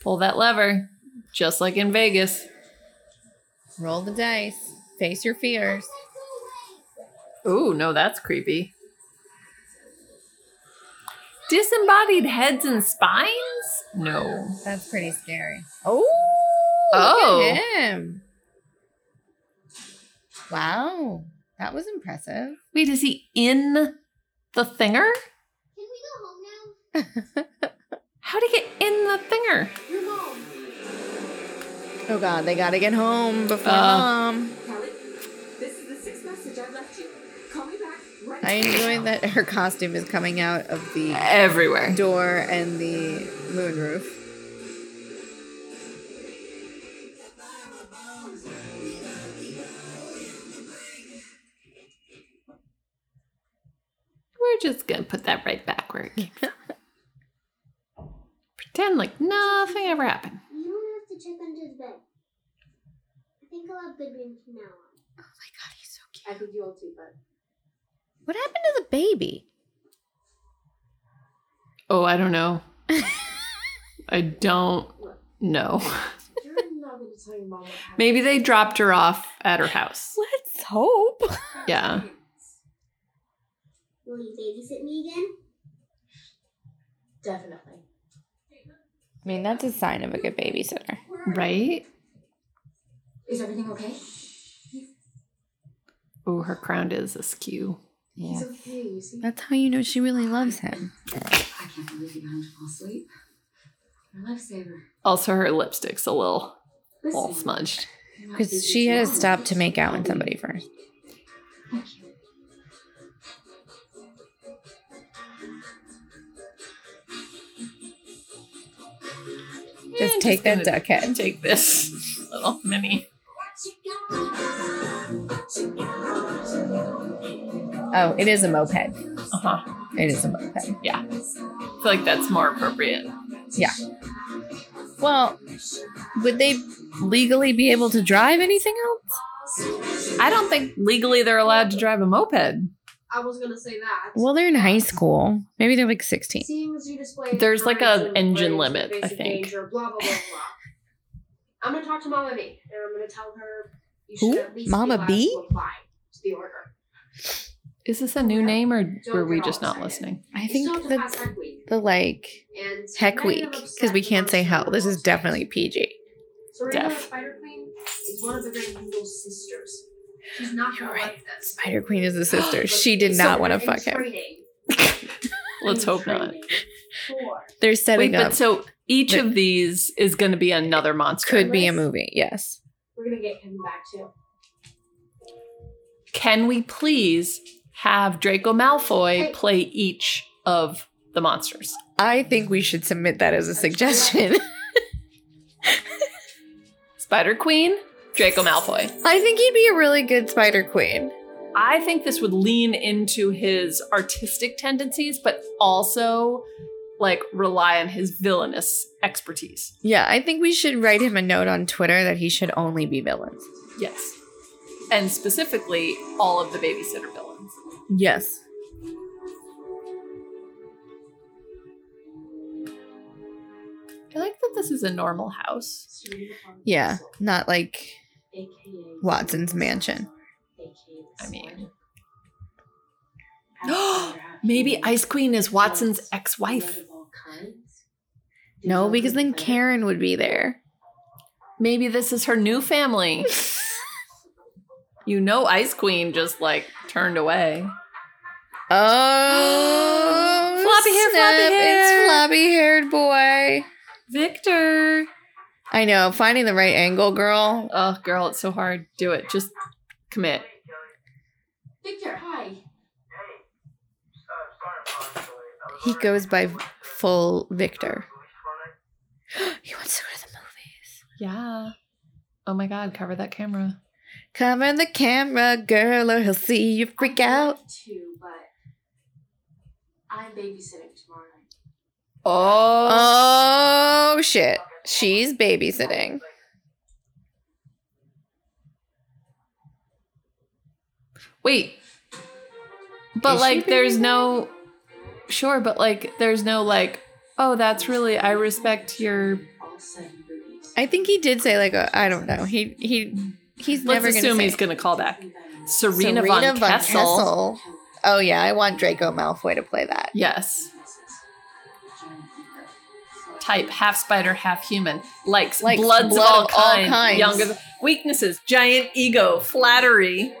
Pull that lever, just like in Vegas.
Roll the dice. Face your fears.
Ooh, no, that's creepy. Disembodied heads and spines? No.
That's pretty scary. Oh.
Oh.
Look at him. Wow. That was impressive.
Wait, is he in the thinger?
Can we go home now?
How'd he get in the thinger?
Your mom.
Oh god, they gotta get home before
Uh.
mom.
Kelly, this is the sixth message I left you. Call me back right
I enjoy that her costume is coming out of the
Everywhere.
door and the moonroof.
We're just gonna put that right back where it came from. Pretend like nothing ever happened.
You don't have to check under the bed. I think I'll have good dreams from now on.
I think you all too, but
What happened to the baby?
Oh, I don't know. I don't know.
you're not going to tell your mom what happened.
Maybe they dropped her off at her house.
Let's hope.
Yeah.
Will you babysit me again?
Definitely.
I mean, that's a sign of a good babysitter.
Right?
Is everything okay?
Oh, her crown is askew.
He's okay, you see.
That's how you know she really loves him.
I can't believe you got him to fall asleep.
Your lifesaver.
Also, her lipstick's a little all
Listen.
smudged.
Because she had to stop to make out with somebody first. Just take that duck head.
Take this little mini.
Oh, it is a moped.
Uh huh.
It is a moped.
Yeah. I feel like that's more appropriate.
Yeah. Well, would they legally be able to drive anything else?
I don't think legally they're allowed to drive a moped.
I was gonna say that.
Well, they're in high school. Maybe they're like 16.
Seeing as you display
There's like
signs
a
and
engine
warnings of
limit, I
basic
think.
danger, blah blah blah blah. I'm gonna talk to Mama B, and I'm gonna tell her you
Who?
should at least
Mama
be
B?
allowed to apply to the order.
Is this a new name or
Don't
were we
get all
just not listening?
I
You
think
still have to
the-
pass Heck Week.
The like
And
heck
many
week
of us
because we can't say hell. This is definitely PG.
Serena,
Def.
Spider Queen, is one of the Great Eagle's sisters. She's not gonna like this.
Spider Queen is the sister. She did not want to fuck him.
Let's hope not.
They're setting
Wait,
up.
But so each of these is going to be another monster.
could be a movie. Yes.
We're gonna get him back too.
Can we please have Draco Malfoy play each of the monsters?
I think we should submit that as a suggestion.
Spider Queen, Draco Malfoy.
I think he'd be a really good Spider Queen.
I think this would lean into his artistic tendencies, but also like rely on his villainous expertise.
Yeah, I think we should write him a note on Twitter that he should only be villains.
Yes. And specifically, all of the babysitter villains.
Yes.
I like that this is a normal house.
Yeah, not like Watson's mansion.
I mean, maybe Ice Queen is Watson's ex wife.
No, because then Karen would be there.
Maybe this is her new family. you know, Ice Queen just like turned away.
Oh,
Floppy hair, floppy hair.
It's floppy haired boy.
Victor.
I know. Finding the right angle, girl.
Oh, girl, it's so hard. Do it. Just commit.
Victor, hi.
He goes by full Victor. he wants to go to the movies.
Yeah. Oh my God, cover that camera.
Cover the camera, girl, or he'll see you freak out.
Too, but I'm babysitting tomorrow.
Oh, shit. She's babysitting.
Wait. But
Is she
like, there's no. Sure, but like, there's no like, oh, that's really, I respect your.
I think he did say like a, I don't know. He he he's
Let's
never gonna
assume
say
he's
it.
going to call back. Serena, von, Kessel.
Kessel. Oh yeah, I want Draco Malfoy to play that.
Yes. Type half spider, half human. Likes,
Likes,
bloods
blood
of all,
of all
kind,
kinds.
Younger th- weaknesses, giant ego, flattery.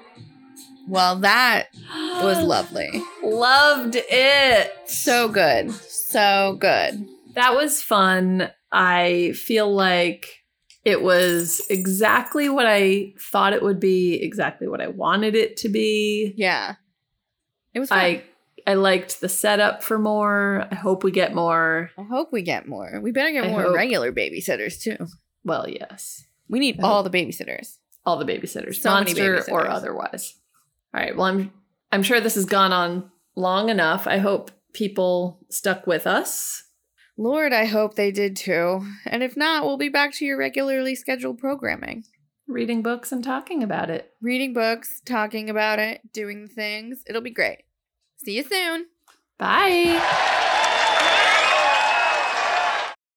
Well, that was lovely.
Loved it.
So good. So good.
That was fun. I feel like it was exactly what I thought it would be, exactly what I wanted it to be.
Yeah. It was fun.
I I liked the setup for more. I hope we get more.
I hope we get more. We better get
I
more
hope-
regular babysitters too.
Well, yes.
We need all the babysitters.
all the babysitters,
So many
monster or
babysitters.
otherwise. All right. Well, I'm I'm sure this has gone on long enough. I hope people stuck with us.
Lord, I hope they did too. And if not, we'll be back to your regularly scheduled programming.
Reading books and talking about it.
Reading books, talking about it, doing things. It'll be great. See you soon.
Bye.